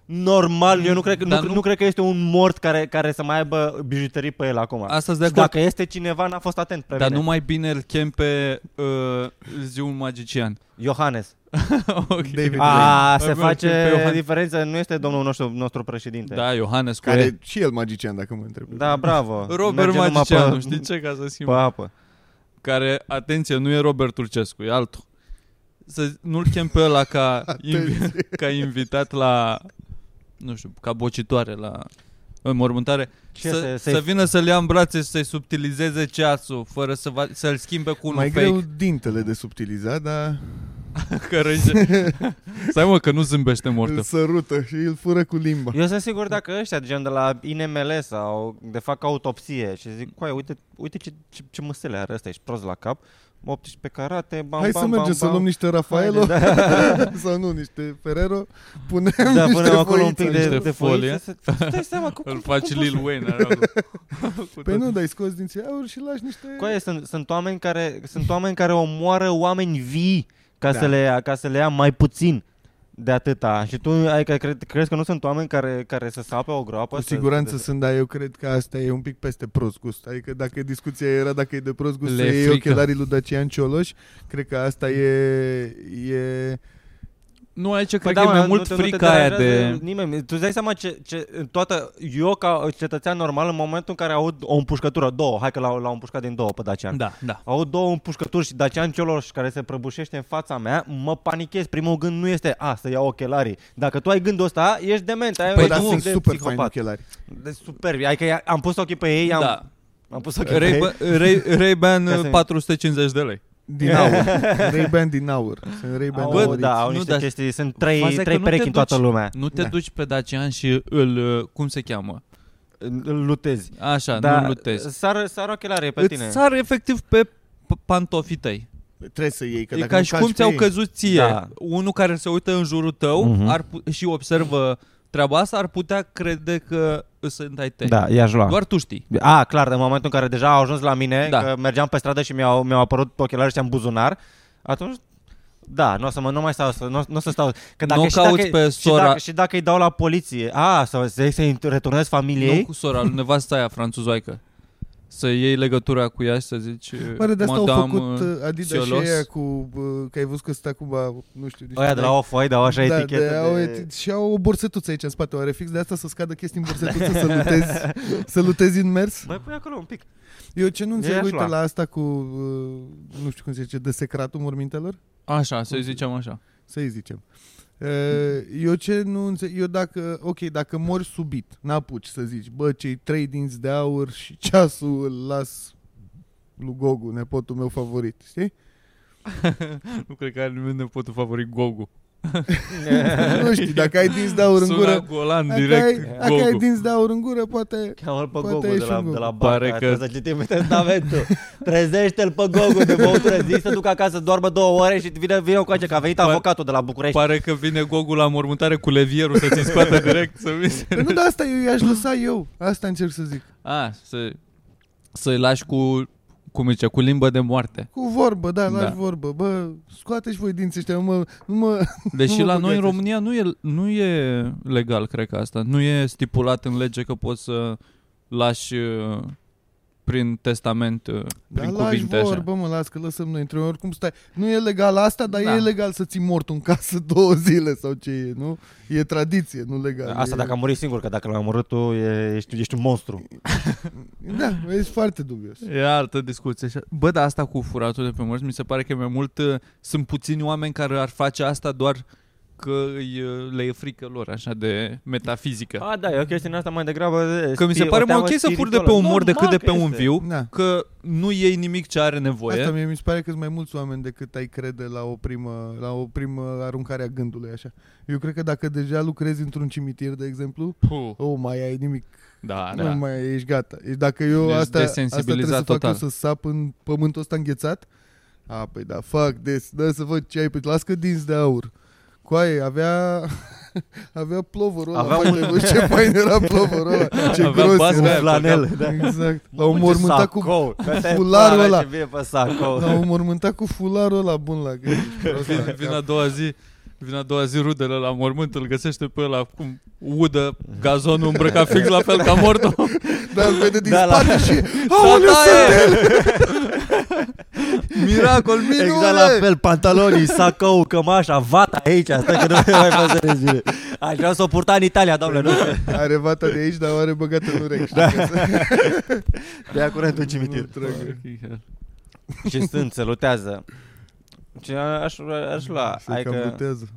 C: Normal, eu nu cred, că, nu,
D: Da? Dar
C: nu,
D: nu-
C: nu cred că este un mort care, care să mai aibă bijuterii pe el acum.
D: Asta-s de
C: Și
D: acord.
C: Dacă este cineva, n-a fost atent. Previne.
D: Dar nu mai bine îl chem pe uh, ziul magician.
C: Iohannes.
D: Ok.
B: David Blaine,
C: A, se
D: Mai bine
C: face
D: pe Iohannes.
C: diferență, nu este domnul nostru, nostru președinte.
D: Da, Iohannes cu
B: care
D: el.
B: și el magician, dacă mă întrebi.
C: da bravo.
D: Robert
C: Merge numai
D: Magicianu,
C: pe,
D: știi ce? Ca să
C: Pe
D: schimb.
C: apă.
D: Care, atenție, nu e Robert Turcescu, e altul. Să nu-l chem pe ăla ca, invi- ca invitat la, nu știu, ca bocitoare la înmormântare.
C: Ce,
D: să,
C: să-
D: să,
C: să-i-
D: să vină să-l ia în brațe și să-i subtilizeze ceasul, fără să va, să-l schimbe cu un
B: Mai
D: fake.
B: greu dintele de subtilizat, dar
D: Cărânge. Stai mă că nu zâmbește
B: îl
D: mortă.
B: sărută și îl fură cu limba.
C: Eu sunt sigur dacă ăștia, gen de la INML sau de fac autopsie și zic, coai, uite, uite ce, ce, ce măsele are ăsta, ești prost la cap, 18 carate, bam,
B: Hai
C: bam,
B: să
C: bam,
B: mergem să
C: bam,
B: luăm niște Rafaelo sau nu, niște Ferrero. Punem
C: Da,
B: niște
C: punem acolo un
B: foițe
C: pic
B: acolo.
C: de,
D: niște
C: de folie.
D: folie.
C: Să, să, să dai seama cum,
D: Îl
C: cum,
D: faci
C: cum
D: Lil Wayne. are acolo. Cu
B: Păi
D: tot.
B: nu, dai scos din aur și lași niște...
C: Coaie, sunt, sunt, oameni care, sunt oameni care omoară oameni vii ca,
B: Da.
C: da. să le ia, ca să le ia mai puțin de atâta. Și tu ai, că cred, crezi că nu sunt oameni care, care să sape o groapă?
B: Cu
C: să-
B: siguranță
C: să-
B: sunt, dar eu cred că asta e un pic peste prost gust. Adică dacă discuția era dacă e de prost gust
D: Le
B: să
D: e
B: iei
D: frică.
B: ochelarii lui Dacian Cioloș, cred că asta e... e
D: Nu, aici cred
C: da,
D: că e
C: mă,
D: mai
C: nu
D: mult
C: te- nu te
D: frica aia
C: deranjează
D: de...
C: Nimeni. Tu îți dai seama ce, ce în toată... Eu, ca cetățean normal, în momentul în care aud o împușcătură, două, hai că l-au, l-au împușcat din două pe Dacian.
D: Da, da.
C: Aud două împușcături și Dacian Cioloș care se prăbușește în fața mea, mă panichez. Primul gând nu este, a, să iau ochelarii. Dacă tu ai gândul ăsta, ești dement, ai
B: Păi
C: un
B: da,
C: instinct
B: sunt
C: de
B: super faini
C: psihopat.
B: ochelari.
C: De superb. Adică i- am pus ochii pe ei, am,
D: Da.
C: am pus ochii pe ei.
D: Ray-Ban- Ray-
C: Ca să
D: Ray-Ban
C: ne-
D: 450 de lei.
B: Din aur. Ray-Ban din aur. Sunt Ray-Ban
C: Au,
D: Bă,
B: auriți.
C: da, au
D: nu,
C: niște
D: dar-
C: chestii, sunt
D: Faza e
C: trei,
D: că
C: trei
D: nu te
C: perechi în toată
D: duci-
C: lumea.
D: Nu te
B: Da.
D: duci pe Dacian și îl... uh, Cum se cheamă?
C: Îl lutezi.
D: Așa,
C: Da,
D: nu
B: uh,
D: lutezi.
C: Sar, sar ochelarii pe tine.
D: Îți sar efectiv pe p- pantofii tăi.
B: Trebuie să iei, că
D: e
B: dacă
D: ca
B: nu
D: și
B: calci
D: cum
B: pe
D: ți-au
B: ei-
D: căzut ție.
C: Da.
D: Unul care se uită în jurul tău
C: Mhm.
D: ar pu- și observă treaba asta, ar putea crede că sunt ai tăi.
C: Da, i-aș lua.
D: Doar tu știi.
C: A, clar, în momentul în care deja au ajuns la mine,
D: Da.
C: da. că mergeam pe stradă și mi-au, mi-au apărut ochelarii și am buzunar, atunci da, nu o să mă, nu mai stau, să- nu, nu o să stau. Că dacă,
D: Nu
C: și,
D: cauți
C: dacă,
D: pe
C: și,
D: sora-
C: dacă, și dacă îi dau la poliție, a, să, să, să-i returnez
D: Nu
C: familiei,
D: cu sora lui nevasta aia franțuzoaică. Să iei legătura cu ea și să zici
B: Mare de asta au
D: "Madame,
B: făcut uh, Adidas și
D: Siolos."
B: aia cu, uh, că ai văzut că stă acum, nu știu, niște
C: ăia de la off dau așa
B: da,
C: etichetă.
B: de, au eti- și au o borsetuță aici în spate, oare fix de asta să scadă chestii în borsetuță, să lutezi, să lutezi în mers?
C: Mai pui acolo un pic.
B: Eu ce nu înțeleg,
C: aș
B: uite,
C: lua.
B: la asta cu, uh, nu știu cum se zice, desecratul mormintelor?
D: Așa, să-i zicem așa.
B: Să-i zicem. Uh, Eu ce nu înțeleg, eu dacă, ok, dacă mori subit, n-apuci să zici, bă, cei trei dinți de aur și ceasul îl las lui Gogu, nepotul meu favorit, știi?
D: Nu cred că are nimeni nepotul favorit Gogu.
B: nu știu, dacă ai dinți de aur în
D: Sună
B: gură,
D: golan
B: dacă ai,
D: direct
B: dacă ai
D: Gogu.
B: dinți de aur în gură, poate
C: Cheamă-l pe
B: Poate
C: Gogu
B: e
C: de
B: și
C: la,
B: un Gogu.
C: de la Pare
D: Pare că-
C: că... trebuie să citim testamentul. Trezește-l pe Gogu de băutură, zi să duc acasă, doarmă două ore și vine, vine cu că a venit avocatul de la București.
D: Pare că vine Gogu la mormântare cu levierul să ți scoată direct să vezi.
B: Păi nu, dar asta eu i-aș lăsa eu. Asta încerc să zic.
D: A, să, să-i lași cu, cum zice, cu limbă de moarte.
B: Cu vorbă, da, lași
D: Da.
B: vorbă. Bă, scoateți voi dinții ăștia, nu mă... Nu mă...
D: Deși
B: Nu mă
D: la noi în
B: băgați așa.
D: România nu e, nu e legal, cred că asta. Nu e stipulat în lege că poți să lași uh, prin testament, uh,
B: Dar
D: prin
B: Da, lași
D: cuvinte așa.
B: vorbă, mă, las că lăsăm noi între oricum stai. Nu e legal asta, dar
D: Da.
B: e legal să ții mortul în casă două zile sau ce e, nu? E tradiție, nu legal.
C: Asta
B: e...
C: dacă am murit singur, că dacă l-am omorât tu, e, ești, ești un monstru.
B: Da, vezi, foarte dubios.
D: E altă discuție. și- Bă, dar asta cu furatul de pe mărți, mi se pare că e mai mult uh, sunt puțini oameni care ar face asta doar că îi, uh, le e frică lor, așa, de metafizică.
C: A, da, e o chestie în asta mai degrabă de
D: Că mi se
C: spi-
D: pare
C: o
D: mai
C: teamă
D: ok să fur de pe
C: spirituală.
D: un mor
C: Normal
D: decât de
C: că
D: pe un
C: este.
D: viu,
B: Da.
D: că nu iei nimic ce are nevoie.
B: Asta mie mi se pare că sunt mai mulți oameni decât ai crede la o primă, la o primă aruncare a gândului, așa. Eu cred că dacă deja lucrezi într-un cimitir, de exemplu,
D: Puh,
B: o, oh, mai ai nimic
D: da,
B: Da.
D: da.
B: Nu mai ești gata. Deci dacă eu
D: Ești
B: asta, asta trebuie să
D: desensibilizat
B: fac
D: total.
B: eu să sap în pământul ăsta înghețat, a, păi da, fac des, dă să văd ce ai pe las că dinți de aur. Coaie, avea avea plovărul ăla,
C: Avea
B: avea
C: un-
B: un... ce fain era plovărul ăla, ce
D: Avea
B: avea gros
D: bască
B: era.
D: aia.
C: Un flanel, da.
B: Exact.
C: Mă,
B: L-au
C: ce
B: mormântat cu,
C: sacou, că te-ai
B: fularul
C: pula,
B: ăla.
C: Ce vie pe sacou.
B: l-au mormântat cu fularul ăla bun la gând.
D: Vin, vin a doua zi Vin a doua zi rudele la mormânt Îl găsește pe ăla cum udă gazonul îmbrăcat fix la fel ca mortul
B: Dar îl vede din
C: Da, la-
B: spate și Aoleu,
D: Tataie!
B: sunt el!
D: Miracol, minune
C: Exact la fel, pantalonii, sacou, cămașa, vata aici, asta că nu mai poate să rezine. Aș vrea să o purta în Italia, doamne, nu
B: Are vata de aici, dar o are băgată în urechi. Da.
C: Te ia curent în cimitir. Și sunt, se lutează. Ce aș, aș lua,
B: Se
C: hai
B: cam
C: că,
B: lutează.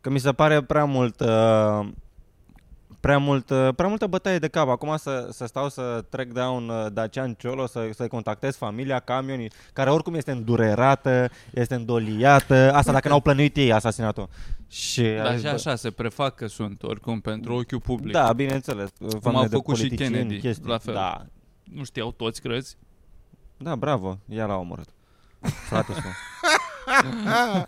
C: că mi se pare prea mult, uh, prea, mult, uh, prea multă bătaie de cap. Acum să, să stau să trec de un uh, Dacian Ciolo, să, să-i contactez familia, camionii, care oricum este îndurerată, este îndoliată, asta dacă n-au plănuit ei asasinatul. Și uh,
D: Dar și
C: bă,
D: așa se prefac că sunt Oricum pentru ochiul public
C: Da, bineînțeles. Cum
D: au făcut și Kennedy, la fel.
C: Da,
D: Nu știau toți, crezi?
C: da bravo, ea l-a omorât. Frate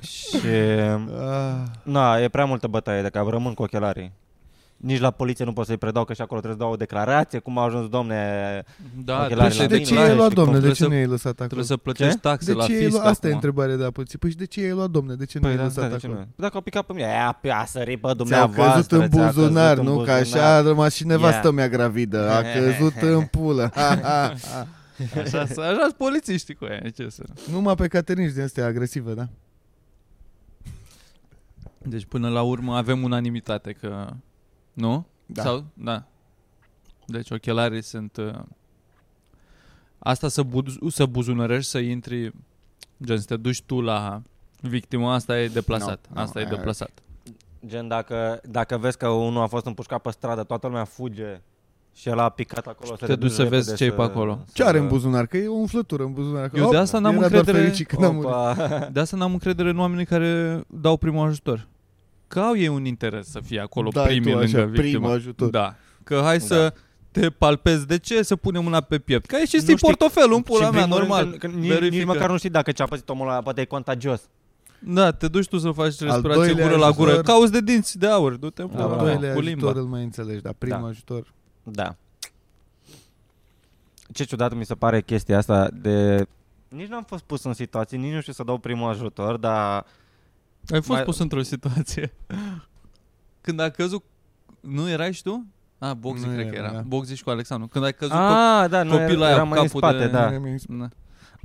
C: Și... uh,
B: Ah.
C: Na, e prea multă bătaie, dacă rămân cu ochelarii. Nici la poliție nu pot să-i predau că și acolo trebuie să dau o declarație cum a ajuns domne
D: Da,
C: Ochelarii
D: trebuie
C: la
B: Păi Și
D: să,
B: de ce
C: mine,
B: ai
C: la
D: trebuie
B: luat, domne?
C: mine și cum
D: să-
B: De
D: trebuie
B: ce
D: să-
B: nu ai lăsat acolo?
D: trebuie să plătești
C: Ce?
D: taxe
B: de
D: la
B: ce ai
D: fisc
B: luat? Asta e
D: acum.
B: întrebarea de la poliție. Păi și de ce ai luat, domne? De ce nu
C: Păi
B: ai
C: da,
B: lăsat
C: da, de ce
B: acolo?
C: nu? Dacă au picat pe mine, ea, pe a sărit pe
B: Ți-a
C: dumneavoastră.
B: căzut în
C: ți-a căzut
B: buzunar,
C: în
B: nu? Că așa a
C: buzunar.
B: rămas și nevastă
C: Ia.
B: mea gravidă. A căzut în pulă. Ha, ha, ha.
D: Așa, așa sunt polițiștii cu aia, ce să...
B: Numai pe Caterin și din astea agresive, da?
D: Deci până la urmă avem unanimitate că... Nu?
B: Da.
D: Sau? Da. Deci ochelarii sunt... uh, Asta să, buz- să buzunărești, să intri... Gen, să te duci tu la victimă, asta e deplasat.
B: Nu, nu,
D: asta e
B: aia-
D: deplasat.
C: Gen, dacă, dacă vezi că unul a fost împușcat pe stradă, toată lumea fuge și el a picat acolo.
D: Și
C: să
D: te duci să
C: repede
D: vezi ce-i pe acolo.
B: Ce are în buzunar? Că e o umflătură în buzunar. Că,
D: Eu
B: hop,
D: de asta n-am
B: era doar
D: încredere-
B: fericit când a murit.
C: Opa.
D: De asta n-am încredere în oamenii care dau primul ajutor. Că au ei un interes să fie acolo
B: Dai
D: primii
B: tu așa,
D: lângă victimă.
B: primul ajutor.
D: Da. Că hai să te palpezi. De ce să punem mâna pe piept? Că ai și ți
C: știi-
D: portofelul în pula
C: Și,
D: mea,
C: în primul
D: normal.
C: rând, Că, că, nici, nici
D: Verifică.
C: măcar nu știi dacă ce-a pățit omul ăla, poate e contagios.
D: Da, te duci tu să faci respirație
B: doilea
D: gură la gură.
B: ajutor.
D: Cauți de dinți de aur. Du-te în
C: Da,
B: Al
D: pula
C: da,
D: mea,
B: doilea
D: cu limba.
B: ajutor îl mai înțelegi, dar primul
C: Da.
B: ajutor...
C: Da. Ce ciudat mi se pare chestia asta de... Nici n-am fost pus în situații, nici nu știu să dau primul ajutor, dar...
D: Ai fost
C: Mai-
D: pus într-o situație. Când a căzut... Nu erai și tu? Ah, Boxi
B: Nu
D: cred că
B: eram,
D: era.
B: da.
D: Boxi și cu Alexandru. Când ai căzut cu...
C: Ah, da, nu,
D: copilul aia
C: eram
D: cu
C: mai în
D: capul
C: spate,
D: de-
C: da.
D: Na.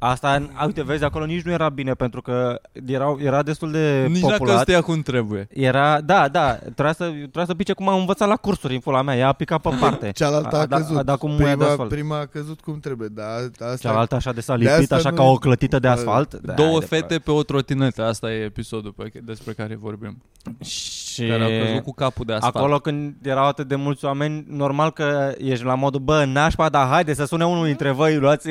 C: Asta, a, uite, vezi, acolo nici nu era bine pentru că erau, era destul de
D: Nici n-a
C: populat.
D: căzut ea cum trebuie.
C: Era, da, da, trebuia să, trebuia să pice cum am învățat la cursuri în pula mea, ea a picat pe parte.
B: Cealaltă a,
C: A- a- da-
B: căzut.
C: a dat cu muia de
B: prima,
C: asfalt.
B: prima a căzut cum trebuie, dar a- asta...
C: Cealaltă așa de s-a
B: De
C: lipit,
B: asta
C: așa
B: nu-
C: ca o clătită de
B: Da.
C: asfalt. Da,
D: Două
C: de
D: fete pe o trotinetă, asta e episodul pe, despre care vorbim.
C: pula. Și
D: Care au căzut cu capul de asfalt.
C: acolo când erau atât de mulți oameni, normal că ești la modul, bă, nașpa, dar haide să sune unul dintre voi, luați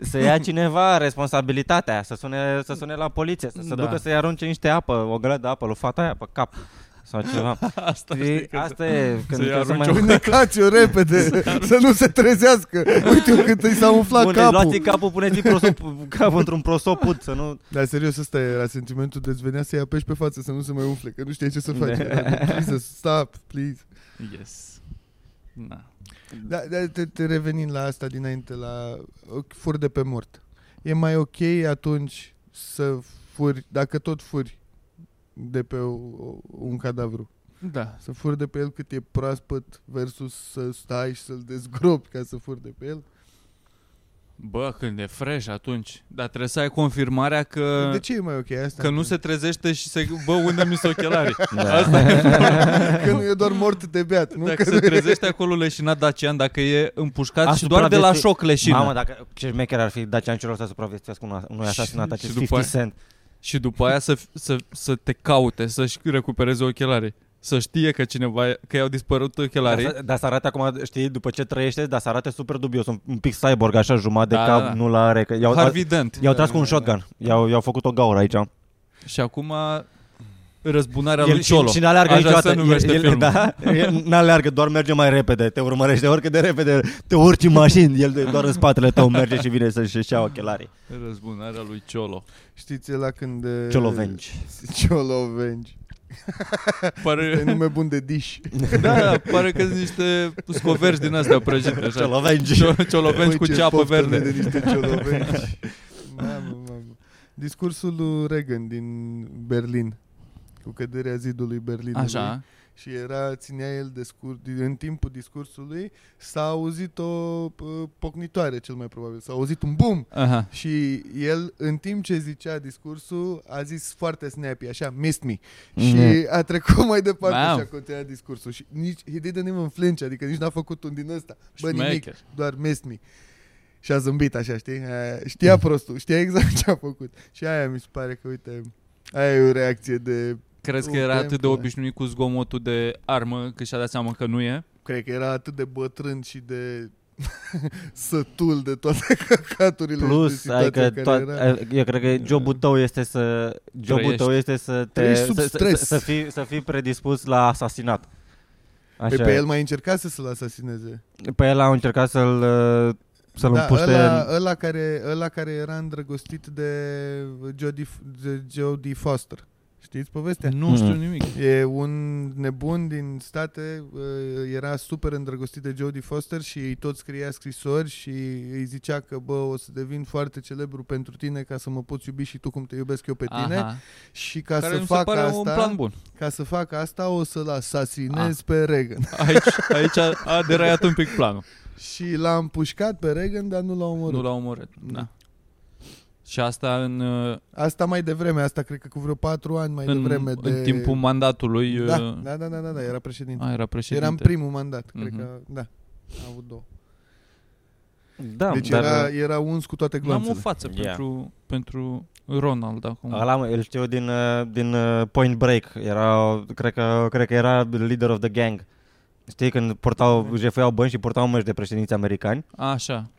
C: să ia cineva responsabilitatea, să sune, să sune la poliție, să se
D: Da.
C: ducă să-i arunce niște apă, o găleată de apă lui fata aia pe cap sau ceva.
D: asta,
C: Știi, asta e când
D: să-i
C: trebuie să
D: arunci
C: mai... Da.
D: o
B: Deci Înnecați-o repede, să nu se trezească. Uite cât i s-a umflat
C: Bun, deci
B: capul.
C: luați capul, puneți prosop, capul într-un prosoput, să nu...
B: Dar Da, serios, ăsta era sentimentul de-ți venea să-i apeși pe față, să nu se mai umfle, că nu știai ce să faci. Jesus, stop, please.
D: Yes. Na.
B: Da, da, te, te revenind la asta dinainte, la uh, fur de pe mort. E mai ok atunci să furi, dacă tot furi de pe o, o- un cadavru,
D: Da.
B: să furi de pe el cât e proaspăt versus să stai și să-l dezgropi ca să furi de pe el.
D: Bă, când e fresh atunci. Dar trebuie să ai confirmarea că...
B: De ce e mai ok asta?
D: Că nu se trezește și se... Bă, unde mi sunt ochelarii?
C: Da.
D: Asta e.
B: că nu e doar mort de beat, nu?
D: Dacă
B: Că
D: se trezește acolo leșinat Dacian, dacă e împușcat și
C: Asupra
D: doar de la
C: vieții-
D: șoc leșină.
C: Mamă, dacă ce șmecher ar fi Dacian Cioloș să supraviețuiască unui- unui asasinat,
D: Și-
C: acest
D: și după
C: 50 Cent.
D: Și după aia să, să, să te caute, să-și recupereze ochelarii. Să știe că cineva, că i-au dispărut ochelarii.
C: Dar să- Dar să arate acum, știi, după ce trăiește, dar să arate super dubios, un, un pic cyborg, așa, jumătate de
D: Da,
C: cap,
D: da.
C: nu la are. Că i-au,
D: Harvey Dent.
C: i-au tras cu un shotgun, i-au, i-au făcut o gaură aici.
D: Și acum răzbunarea
C: El
D: lui Ciolo.
C: și n-aleargă
D: Așa
C: niciodată.
D: se numește
C: el, el,
D: filmul.
C: da, el n-aleargă, doar merge mai repede, te urmărește oricât de repede, te urci în mașini, el doar în spatele tău merge și vine să-și își ia ochelarii.
D: Răzbunarea lui Ciolo.
B: Știți la când... eh,
C: Ciolovenci.
B: Ciolovenci. E
D: Pare,
B: nume bun de dish.
D: da, da, pare că sunt niște scoverci din astea prăjite. Așa.
C: Ciolovenci.
D: Cio- Ciolovenci cu
B: Uite ce
D: ceapă
B: poftă
D: verde.
B: De niște ciolovenci. mamă, mamă. Discursul lui Reagan din Berlin cu căderea zidului Berlinului
D: Așa.
B: și era, ținea el de scur, în timpul discursului s-a auzit o pă, pocnitoare cel mai probabil, s-a auzit un bum
D: Aha.
B: și el în timp ce zicea discursul a zis foarte snappy, așa, missed me și a trecut mai departe
D: Wow.
B: și a continuat discursul și nici, he didn't even flinch, adică nici n-a făcut un din ăsta, bă nimic,
D: Șmecher.
B: doar missed me. Și a zâmbit așa, știi? Aia- Știa prostul, știa exact ce a făcut. Și aia mi se pare că, uite, aia e o reacție de...
D: Crezi că
B: Un
D: era atât de
B: temple.
D: obișnuit cu zgomotul de armă că și-a dat seama că nu e?
B: Cred că era atât de bătrân și de sătul de toate căcaturile și
C: Plus,
B: de situația
C: adică,
B: care
C: toat,
B: era.
C: eu cred că jobul tău este să jobul
D: Trăiești.
C: tău este să te
B: Adică Trăiești
C: să,
B: sub
C: să, să,
B: stres.
C: să, fii, să fii predispus la asasinat. Așa.
B: Păi pe el mai încercase să-l asasineze.
C: pe el au încercat să-l uh, să-l da, împuște
B: ăla,
C: ăla...
B: ăla, care, ăla care era îndrăgostit de Jodie, de Jodie Foster. Știți povestea?
D: Nu știu
C: Mm.
D: nimic.
B: E un nebun din state, uh, era super îndrăgostit de Jodie Foster și îi tot scria scrisori și îi zicea că, bă, o să devin foarte celebru pentru tine ca să mă poți iubi și tu cum te iubesc eu pe tine
D: Aha.
B: și ca
D: Care
B: să
D: mi se
B: fac
D: pare
B: asta,
D: un plan Ah. bun.
B: ca să fac asta o să-l asasinez pe Reagan.
D: Aici, aici a, a deraiat un pic planul.
B: și l-a împușcat pe Reagan, dar nu l-a omorât.
D: Nu l-a omorât. Da. Și asta în, uh,
B: Asta mai devreme, asta cred că cu vreo patru ani mai
D: în,
B: devreme. de...
D: în timpul mandatului.
B: da,
D: uh,
B: da, da, da, da, da, era președinte.
D: A, era președinte.
B: Era în primul mandat, cred
D: Mhm.
B: că, da, a avut două.
C: Da,
B: deci
C: dar
B: era, era uns cu toate
D: N-am o
B: glanțele.
D: față
C: Ia.
D: pentru, pentru Ronald acum.
C: Ăla, mă, îl știu din, uh, din uh, Point Break. Era, cred că, cred că era leader of the gang. Știi, când portau, jefuiau bani și portau măști de președinți americani.
D: Așa.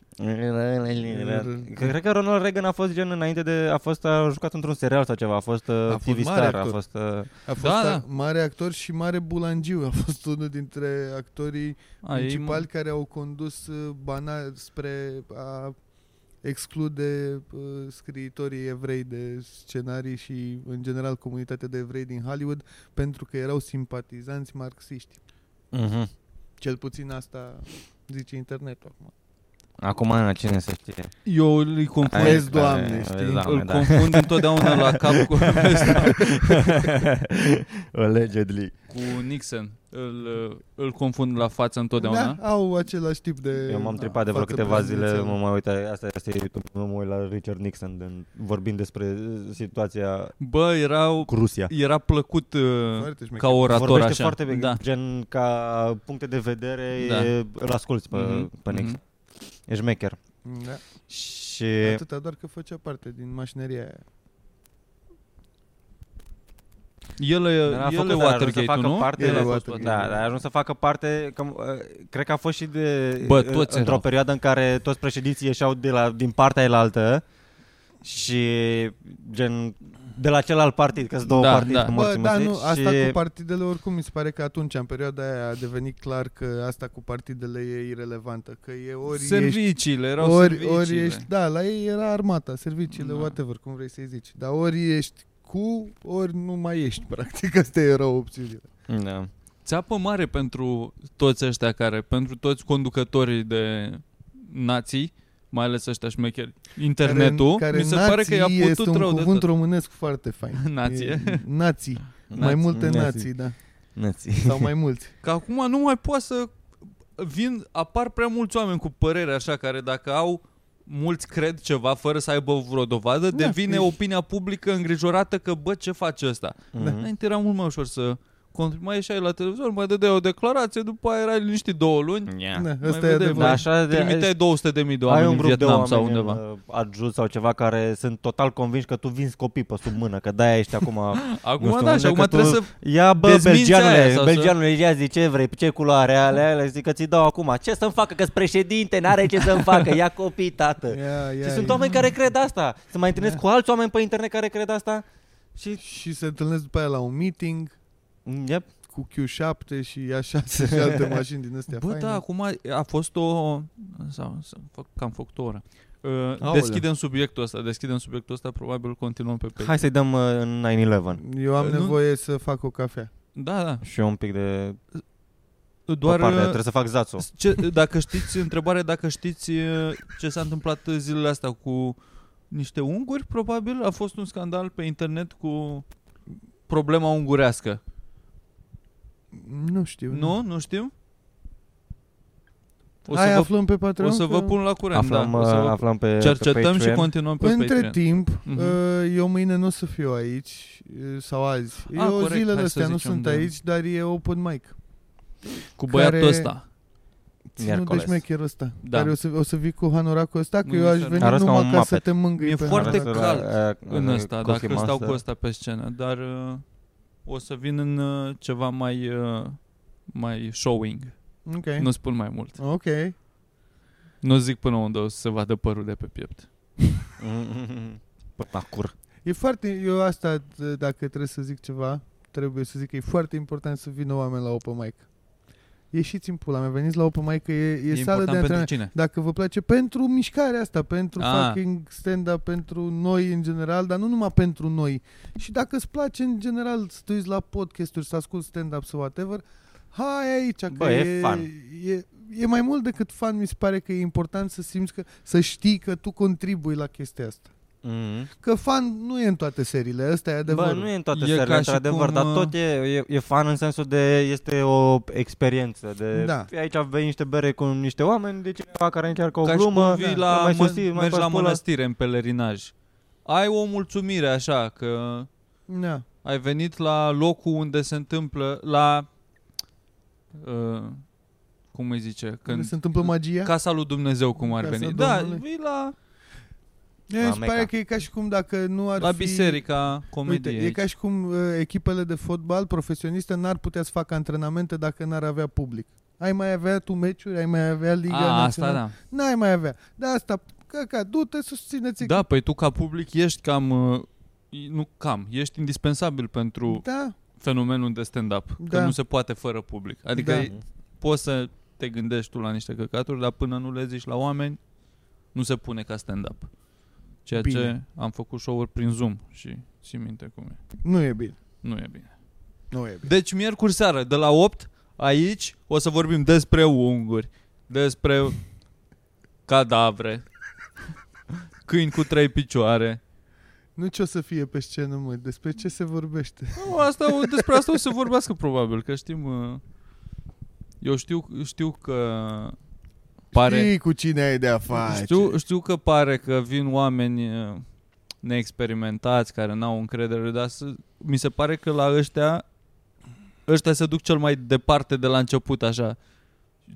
C: Cred că Ronald Reagan a fost gen înainte de... A fost a jucat într-un serial sau ceva. A fost uh,
B: A fost
C: TV
B: mare
C: star. A
B: actor.
C: fost... Uh,
B: A fost
D: Da,
B: da,
D: da.
B: mare actor și mare bulangiu. A fost unul dintre actorii
D: A, ei, mă,
B: principali care au condus uh, bana spre a exclude uh, scriitorii evrei de scenarii și, în general, comunitatea de evrei din Hollywood pentru că erau simpatizanți marxiști.
C: uh-huh.
B: Cel puțin asta zice internetul acum.
C: Acum, na, cine să știe?
D: eu îi
C: Hai,
D: confund,
B: Vezi,
C: da,
B: Doamne,
C: vezi,
B: știi?
C: Doamne,
D: îl
C: da.
D: confund întotdeauna la cap cu,
C: Allegedly.
D: cu Nixon. Îl, uh, îl confund la față întotdeauna.
B: Da, au același tip de... Da.
C: Eu m-am tripat de vreo
B: față
C: câteva zile,
B: prezidențială.
C: mă mai uit, asta este YouTube, mă uit la Richard Nixon, din, vorbind despre uh, situația
D: Bă, erau,
C: cu Rusia.
D: era plăcut uh,
B: Foarte șmecher.
D: ca orator
C: Vorbește
D: așa.
C: foarte bine,
D: da.
C: gen ca puncte de vedere,
D: Da.
C: e, îl asculti pe,
D: Mhm,
C: pe Nixon.
D: mhm.
C: E șmecher.
B: Da.
C: Și
B: Atâta doar că făcea parte din mașineria aia.
D: Mhm. El,
C: a
D: e-
C: făcut,
D: el e
C: dar a ajuns să
D: Watergate-ul,
C: facă
D: nu?
C: parte-
D: el a
B: El e
D: fost
B: Watergate.
C: da, dar a ajuns să facă parte, că, uh, cred că a fost și de,
D: Bă,
C: uh,
D: toți
C: într-o
D: erau.
C: perioadă în care toți președinții ieșeau de la, din partea elaltă și gen de la celălalt partid, că sunt două
D: Da,
C: partide
D: da.
C: da.
B: Bă, da, nu, asta
C: și...
B: cu partidele oricum mi se pare că atunci, în perioada aia, a devenit clar că asta cu partidele e irelevantă, că e ori ești,
D: Serviciile, erau
B: ori,
D: serviciile.
B: ori ești, da, la ei era armata, serviciile,
D: Da.
B: whatever, cum vrei să-i zici, dar ori ești cu, ori nu mai ești, practic, asta era opțiunile.
C: Da.
D: Țeapă mare pentru toți ăștia care, pentru toți conducătorii de nații, mai ales ăștia șmecheri. Internetul,
B: care, care
D: mi se pare că i-a
B: nații
D: putut
B: este un
D: rău de
B: cuvânt
D: tot.
B: românesc foarte fain.
D: Nație.
B: E, nații. Mai
D: Nații.
B: multe
C: Nații.
B: nații, da.
C: Nații.
B: Sau mai mulți.
D: Că acum nu mai poate să vin, apar prea mulți oameni cu părere așa care dacă au mulți cred ceva fără să aibă vreo dovadă,
B: Da,
D: devine
B: e-
D: opinia publică îngrijorată că bă ce face ăsta. Da,
C: Mhm.
D: Înainte era mult mai ușor să contri, mai ieșai la televizor, mai dădeai o declarație, după aia erai liniștit două luni,
C: Yeah.
B: Da,
D: Mai
B: asta e
D: vedem,
C: Da,
B: adevărat.
C: așa de,
D: trimiteai 200 de mii de oameni
C: ai un
D: în
C: grup de
D: Vietnam
C: oameni
D: sau undeva.
C: în uh, ajut sau ceva care sunt total convinși că tu vinzi copii pe sub mână, că de-aia ești acum...
D: Acum
C: nu știu,
D: da, și
C: unde,
D: acum
C: că
D: trebuie
C: tu-
D: să...
C: Ia bă,
D: Dezminți aia
C: belgianule,
D: sau să-
C: belgianule, ia zi ce vrei, ce culoare alea, alea, zic că ți dau acum. Ce să-mi facă, că-s președinte, n-are ce să-mi facă, ia copii,
D: da.
C: tată.
B: Ia, ia,
C: și sunt
B: ia.
C: oameni care cred asta. Să mai întâlnesc cu alți oameni pe internet care cred asta. Și...
B: Și se întâlnesc după aia la un meeting,
C: Yep.
B: cu Q7 și A6 și alte mașini din astea
D: Bă,
B: faine.
D: da, acum a fost o... Sau, să fac, că am făcut o oră. Uh,
B: Aoleu.
D: deschidem subiectul ăsta, deschidem subiectul ăsta, probabil continuăm pe pe.
C: Hai să-i dăm uh, în 9-11.
B: Eu am
D: Nu-
B: nevoie să fac o cafea.
D: Da, da.
C: Și eu un pic de... Doar...
D: Doar
C: Partea,
D: uh,
C: trebuie să fac zațul.
D: ce, dacă știți, întrebare dacă știți uh, ce s-a întâmplat zilele astea cu niște unguri, probabil a fost un scandal pe internet cu problema ungurească.
B: Nu știu.
D: Nu, nu știm. O
B: O să Hai,
D: să, vă,
B: aflăm pe Patreon.
D: o să vă
B: că- ă,
D: pun la curent,
C: Aflăm,
D: da. O să
C: uh,
D: vă
C: aflăm pe, pe
D: cercetăm și
C: Patreon.
D: continuăm pe
B: Între
D: Patreon.
B: timp,
D: Mhm.
B: uh, eu mâine nu o să fiu aici uh, sau azi.
D: Ah,
B: eu
D: corect,
B: zilele
D: hai să
B: astea nu
D: zicem da.
B: sunt
D: de-
B: aici, dar e open mic.
D: Cu
B: care-
D: băiatul ăsta.
B: Ținut de
C: Miercoles.
B: șmecherul ăsta.
D: Da.
B: Care o să, o să vii cu hanoracul ăsta, că
D: Mâine
B: eu aș
D: seara.
B: veni
C: Arăți ca
B: numai
C: un
B: ca să
C: Muppet.
B: te mângâi
D: E
B: pe
D: foarte
B: hanorac.
D: cald
C: uh,
D: în ăsta,
C: Coffee
D: dacă stau
C: Monster.
D: cu ăsta pe scenă, dar uh, o să vin în uh, ceva mai uh, mai showing.
B: Ok.
D: Nu spun mai mult.
B: Ok.
D: Nu zic până unde o să se vadă părul de pe piept.
C: Mm-hmm. Până la cur.
B: E foarte, eu asta, d- dacă trebuie să zic ceva, trebuie să zic că e foarte important să vină oameni la open mic. Ieșiți în pula mea, veniți la open mic, că e, e,
D: E,
B: e sală de
D: important pentru
B: antrenament.
D: cine?
B: Dacă vă place, pentru mișcarea asta, pentru
D: Ah.
B: A. fucking stand-up, pentru noi în general, dar nu numai pentru noi. Și dacă îți place în general să te uiți la podcasturi, să asculti stand-up sau whatever, hai aici, că
C: Bă, e fun.
B: E, e mai mult decât fan, mi se pare că e important să simți că, să știi că tu contribui la chestia asta.
C: Mm-hmm.
B: Că fan nu e în toate seriile, ăsta e
C: Bă,
B: adevărul.
C: nu e în toate
D: E
C: serile,
D: ca și
C: într-adevăr,
D: cum,
C: dar
D: uh,
C: tot e, e, e fan în sensul de este o experiență. De, păi
B: Da.
C: Aici vei niște bere cu niște oameni, de cineva care încearcă o
D: Ca și
C: glumă,
B: da.
D: cum vii
C: mai
D: la, mă,
C: susții, mai
D: mergi
C: faci
D: la
C: pula.
D: mănăstire în pelerinaj. ai o mulțumire așa că
B: Da.
D: ai venit la locul unde se întâmplă la uh, cum îi zice,
B: Când
D: când
B: se întâmplă magia.
D: casa lui Dumnezeu cum ar
B: Casa
D: veni. Da,
B: Domnului.
D: vii la
B: Mie
C: La
B: mi se pare
C: Mecca.
B: că e ca și cum dacă nu ar
D: la
B: fi...
D: biserica
B: Uite,
D: comediei.
B: e ca și cum uh, echipele de fotbal profesioniste n-ar putea să facă antrenamente dacă n-ar avea public. Ai mai avea tu meciuri, ai mai avea Liga
D: A, asta
B: Națională.
D: da.
B: N-ai mai avea. De asta, căca, du-te, susțineți
D: Da, păi tu ca public ești cam uh, nu cam, ești indispensabil pentru
B: Da,
D: fenomenul de stand-up, că
B: Da.
D: nu se poate fără public. Adică
B: Da.
D: e- poți să te gândești tu la niște căcaturi, dar până nu le zici la oameni, nu se pune ca stand-up. Ceea
B: Bine.
D: ce am făcut show-uri prin Zoom și ții minte cum e.
B: nu e bine.
D: Nu e bine.
B: Nu e bine.
D: Deci miercuri seară, de la 8, aici, o să vorbim despre unguri, despre cadavre, câini cu trei picioare.
B: Nu ce o să fie pe scenă, mă, despre ce se vorbește.
D: Nu, Asta, despre asta o să vorbească probabil, că știm... uh, Eu știu, știu că pare...
B: Știi cu cine ai de-a face.
D: Știu, știu că pare că vin oameni uh, neexperimentați, care n-au încredere, dar să, mi se pare că la ăștia, ăștia se duc cel mai departe de la început, așa.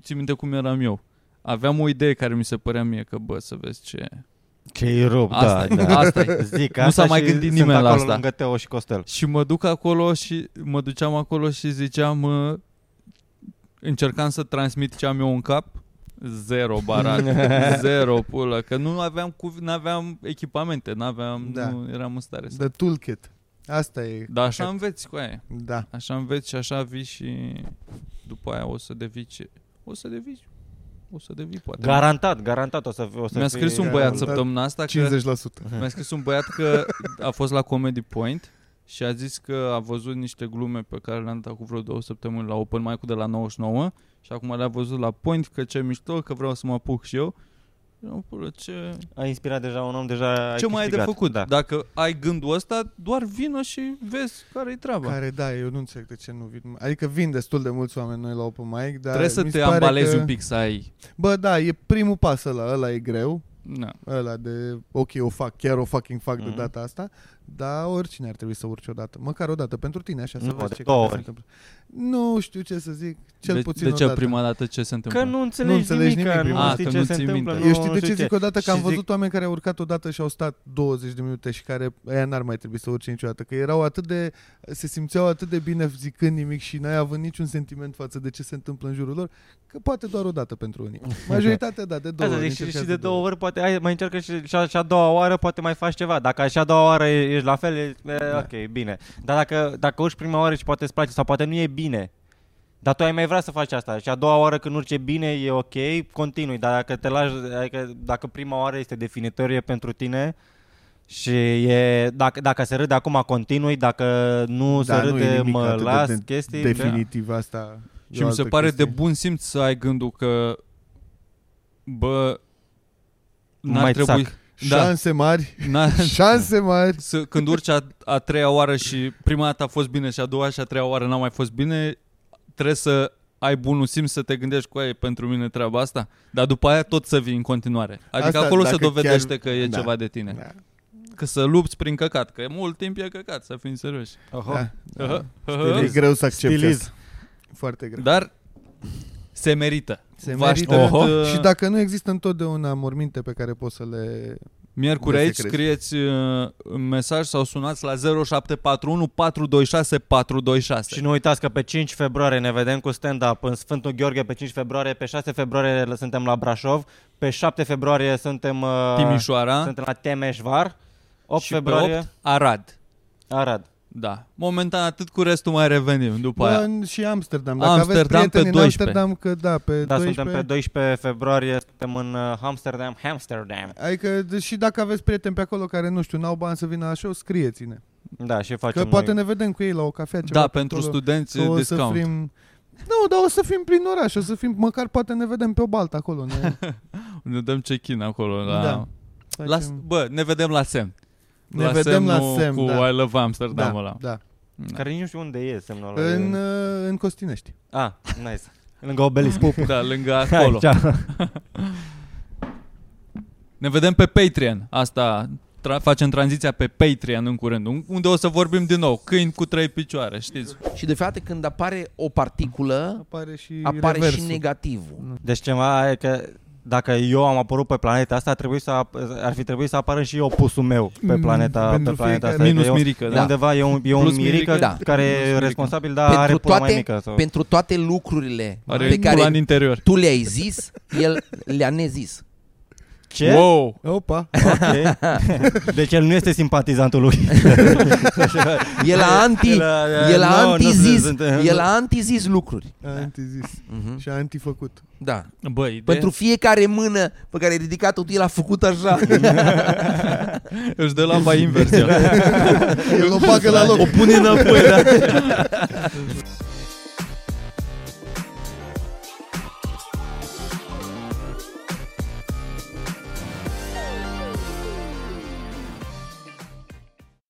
D: Ți minte cum eram eu. Aveam o idee care mi se părea mie că, bă, să vezi ce...
C: Ce-i rup, da,
D: Asta-i,
C: da.
D: asta-i.
C: Zic,
D: Nu
C: asta
D: s-a mai
C: și
D: gândit
C: sunt
D: nimeni la
C: acolo
D: asta.
C: lângă Teo și Costel.
D: Și mă duc acolo și mă duceam acolo și ziceam... uh, Încercam să transmit ce am eu în cap Zero barat, zero pulă, că nu aveam, cu, aveam echipamente, n-aveam,
B: Da.
D: nu eram în stare să
B: The Toolkit. Asta e.
D: Dar așa înveți cu aia.
B: Da.
D: Așa înveți și așa vii și după aia o să devii ce... O să devii... O să devii poate.
C: Garantat, garantat o să, o să
D: Da. mi-a
C: fie-
D: scris un băiat
B: să-
D: săptămâna asta că
B: 50%.
C: Hm.
D: mi-a scris un băiat că a fost la Comedy Point și a zis că a văzut niște glume pe care le-am dat cu vreo două săptămâni la open mic de la 99 și acum le-a văzut la Point că ce mișto, că vreau să mă apuc și eu. Eu, pulă, ce,
C: Ai inspirat deja un om, deja ai
D: ce mai ai de
C: câștigat.
D: făcut?
C: Da.
D: Dacă ai gândul ăsta, doar vină și vezi care-i treaba.
B: Care, da, eu nu înțeleg de ce nu vin. Adică vin destul de mulți oameni noi la open mic, dar
D: Trebuie să
B: mi se
D: te
B: pare
D: ambalezi
B: că...
D: un pic să ai...
B: Bă, da, e primul pas ăla, ăla e greu,
D: Na.
B: ăla de ok, o fac, chiar o fucking fac mm-hmm. de
C: Mhm.
B: data asta, dar oricine ar trebui să urci odată, măcar o dată pentru tine, așa, să
C: Nu,
B: vezi
C: de
B: ce
C: două
B: se
C: ori.
B: întâmplă. Nu știu ce să zic, cel
D: de,
B: puțin
D: De
B: o
D: ce
B: dată.
D: prima dată ce se întâmplă?
C: Că nu înțelegi,
B: înțelegi
C: nimic,
B: nimic,
C: nu
B: prima
C: știi
D: dată.
C: ce
D: Ah, Nu
C: se
D: ții
C: întâmplă.
D: minte.
C: nu
B: Eu știu de
C: știu
B: ce zic odată că am
C: Și
B: văzut
C: zic-
B: oameni care au urcat odată și au stat 20 de minute și care aia n-ar mai trebui să urce niciodată, că erau atât de se simțeau atât de bine zicând nimic și n-ai avut niciun sentiment față de ce se întâmplă în jurul lor, că poate doar o dată pentru unii. Majoritatea da, de
C: Da,
B: două
C: să
B: ori.
C: zic, și, și
B: încercați
C: de două ori poate ai, mai încearcă și, și, a, și a doua oară poate mai faci ceva. Dacă și a doua oară e- ești la fel, e, e,
B: Da.
C: ok, bine. Dar dacă, dacă urci prima oară și poate îți place sau poate nu e bine, dar tu ai mai vrea să faci asta și a doua oară când urci e bine, e ok, continui. Dar dacă te lași, adică, dacă prima oară este definitorie pentru tine și e, dacă, dacă se râde acum, continui, dacă nu
B: Da,
C: se
B: nu e
C: râde,
B: nimic
C: mă
B: atât de
C: las,
B: de-
C: chestii. da.
B: Definitiv asta. e
D: Și
B: o
D: mi se
B: altă
D: pare
B: chestie.
D: de bun simț să ai gândul că, bă, n-ar
C: Mai
D: trebui... Da,
B: Șanse mari,
D: n-ar,
B: șanse mari.
D: să, când urci a, a treia oară și prima dată a fost bine și a doua și a treia oară n-a mai fost bine, trebuie să ai bunul simț să te gândești cu e pentru mine treaba asta, dar după aia tot să vii în continuare. Adică
B: Asta,
D: asta, acolo se
B: dacă
D: dovedește
B: chiar-
D: că e
B: da.
D: ceva de tine.
B: Da,
D: Că să lupți prin căcat, că mult timp e căcat, să fim serioși.
C: Oho.
B: da, da.
D: Aha.
B: E greu să accepti
C: Stiliz.
B: asta. Foarte greu.
D: Dar se merită.
B: Se
D: Vă
B: merită
D: aștept,
B: Oho.
D: uh,
B: și dacă nu există întotdeauna morminte pe care poți să le...
D: Miercuri
B: De
D: aici
B: secret.
D: scrieți uh, un mesaj sau sunați la 0741 426 426.
C: Și nu uitați că pe 5 februarie ne vedem cu stand-up în Sfântul Gheorghe, pe 5 februarie, pe 6 februarie suntem la Brașov, pe 7 februarie suntem, uh,
D: Timișoara
C: suntem la Temeșvar, 8
D: și
C: februarie
D: pe 8 Arad.
C: Arad.
D: Da. Momentan atât cu restul mai revenim după aia.
B: Bă, și Amsterdam. Dacă
D: Păi Amsterdam
B: aveți prieteni
D: pe
B: în
D: 12.
B: Amsterdam, că da, pe
C: Da,
B: 12.
C: suntem pe 12 februarie, suntem în uh, Amsterdam, Amsterdam.
B: Adică de- și dacă aveți prieteni pe acolo care, nu știu, n-au bani să vină la show, scrieți-ne.
C: Da, și
B: Că
C: facem
B: poate
C: noi.
B: ne vedem cu ei la o cafea ceva
D: Da,
B: pe
D: pentru
B: acolo,
D: studenți
B: că o
D: discount.
B: Să fim... Nu, dar o să fim prin oraș, o să fim, măcar poate ne vedem pe o baltă acolo. Ne
D: Ne dăm check-in acolo la...
B: Da. facem,
D: la bă, ne vedem la semn.
B: ne vedem la
D: semnul
B: semn,
D: cu
B: da.
D: I Love Amsterdam
B: da,
D: ăla.
B: da.
D: Da.
C: Care nici nu știu unde e semnul ăla.
B: În,
C: E-
B: uh, în Costinești.
C: Ah, nice. Lângă obelisc.
D: da, lângă acolo.
C: Hai, ceau.
D: Ne vedem pe Patreon. Asta tra- facem tranziția pe Patreon în curând, un- unde o să vorbim din nou, câini cu trei picioare, știți?
E: Și de fapt când apare o particulă,
B: Apare și
E: apare
B: reversul.
E: și negativul.
C: Deci ceva e că dacă eu am apărut pe planeta asta, ar, trebui să ap- ar fi trebuit să apară și opusul meu pe
B: Mm,
C: planeta,
B: pentru
C: pe planeta
B: fiecare-
C: asta.
D: Minus
C: Adică e un-
D: mirică,
C: e
D: da.
C: Undeva e un, e un
D: Plus
C: mirică,
D: mirică,
E: da.
C: care
D: Minus
C: e
D: mirică.
C: responsabil, dar
E: Pentru
C: are pula mai
E: toate-
C: mică. Sau...
E: Pentru toate lucrurile
D: Are
E: pe
D: un
E: care
D: în interior.
E: tu le-ai zis, el le-a nezis.
C: Ce?
D: Wow!
B: Opa,
C: Ok. Deci el nu este simpatizantul lui.
E: El a anti,
C: El a-
E: el a
C: nu, nu
E: antizis,
C: sunt-
E: el a antizis lucruri.
B: a antizis
E: Mhm.
B: și a antifăcut.
E: Da.
D: Băi, de...
E: Pentru fiecare mână pe care ai ridicat-o tu, el a făcut așa.
D: își dă lava invers. ea.
B: El o bagă la loc.
D: o pune înapoi, da.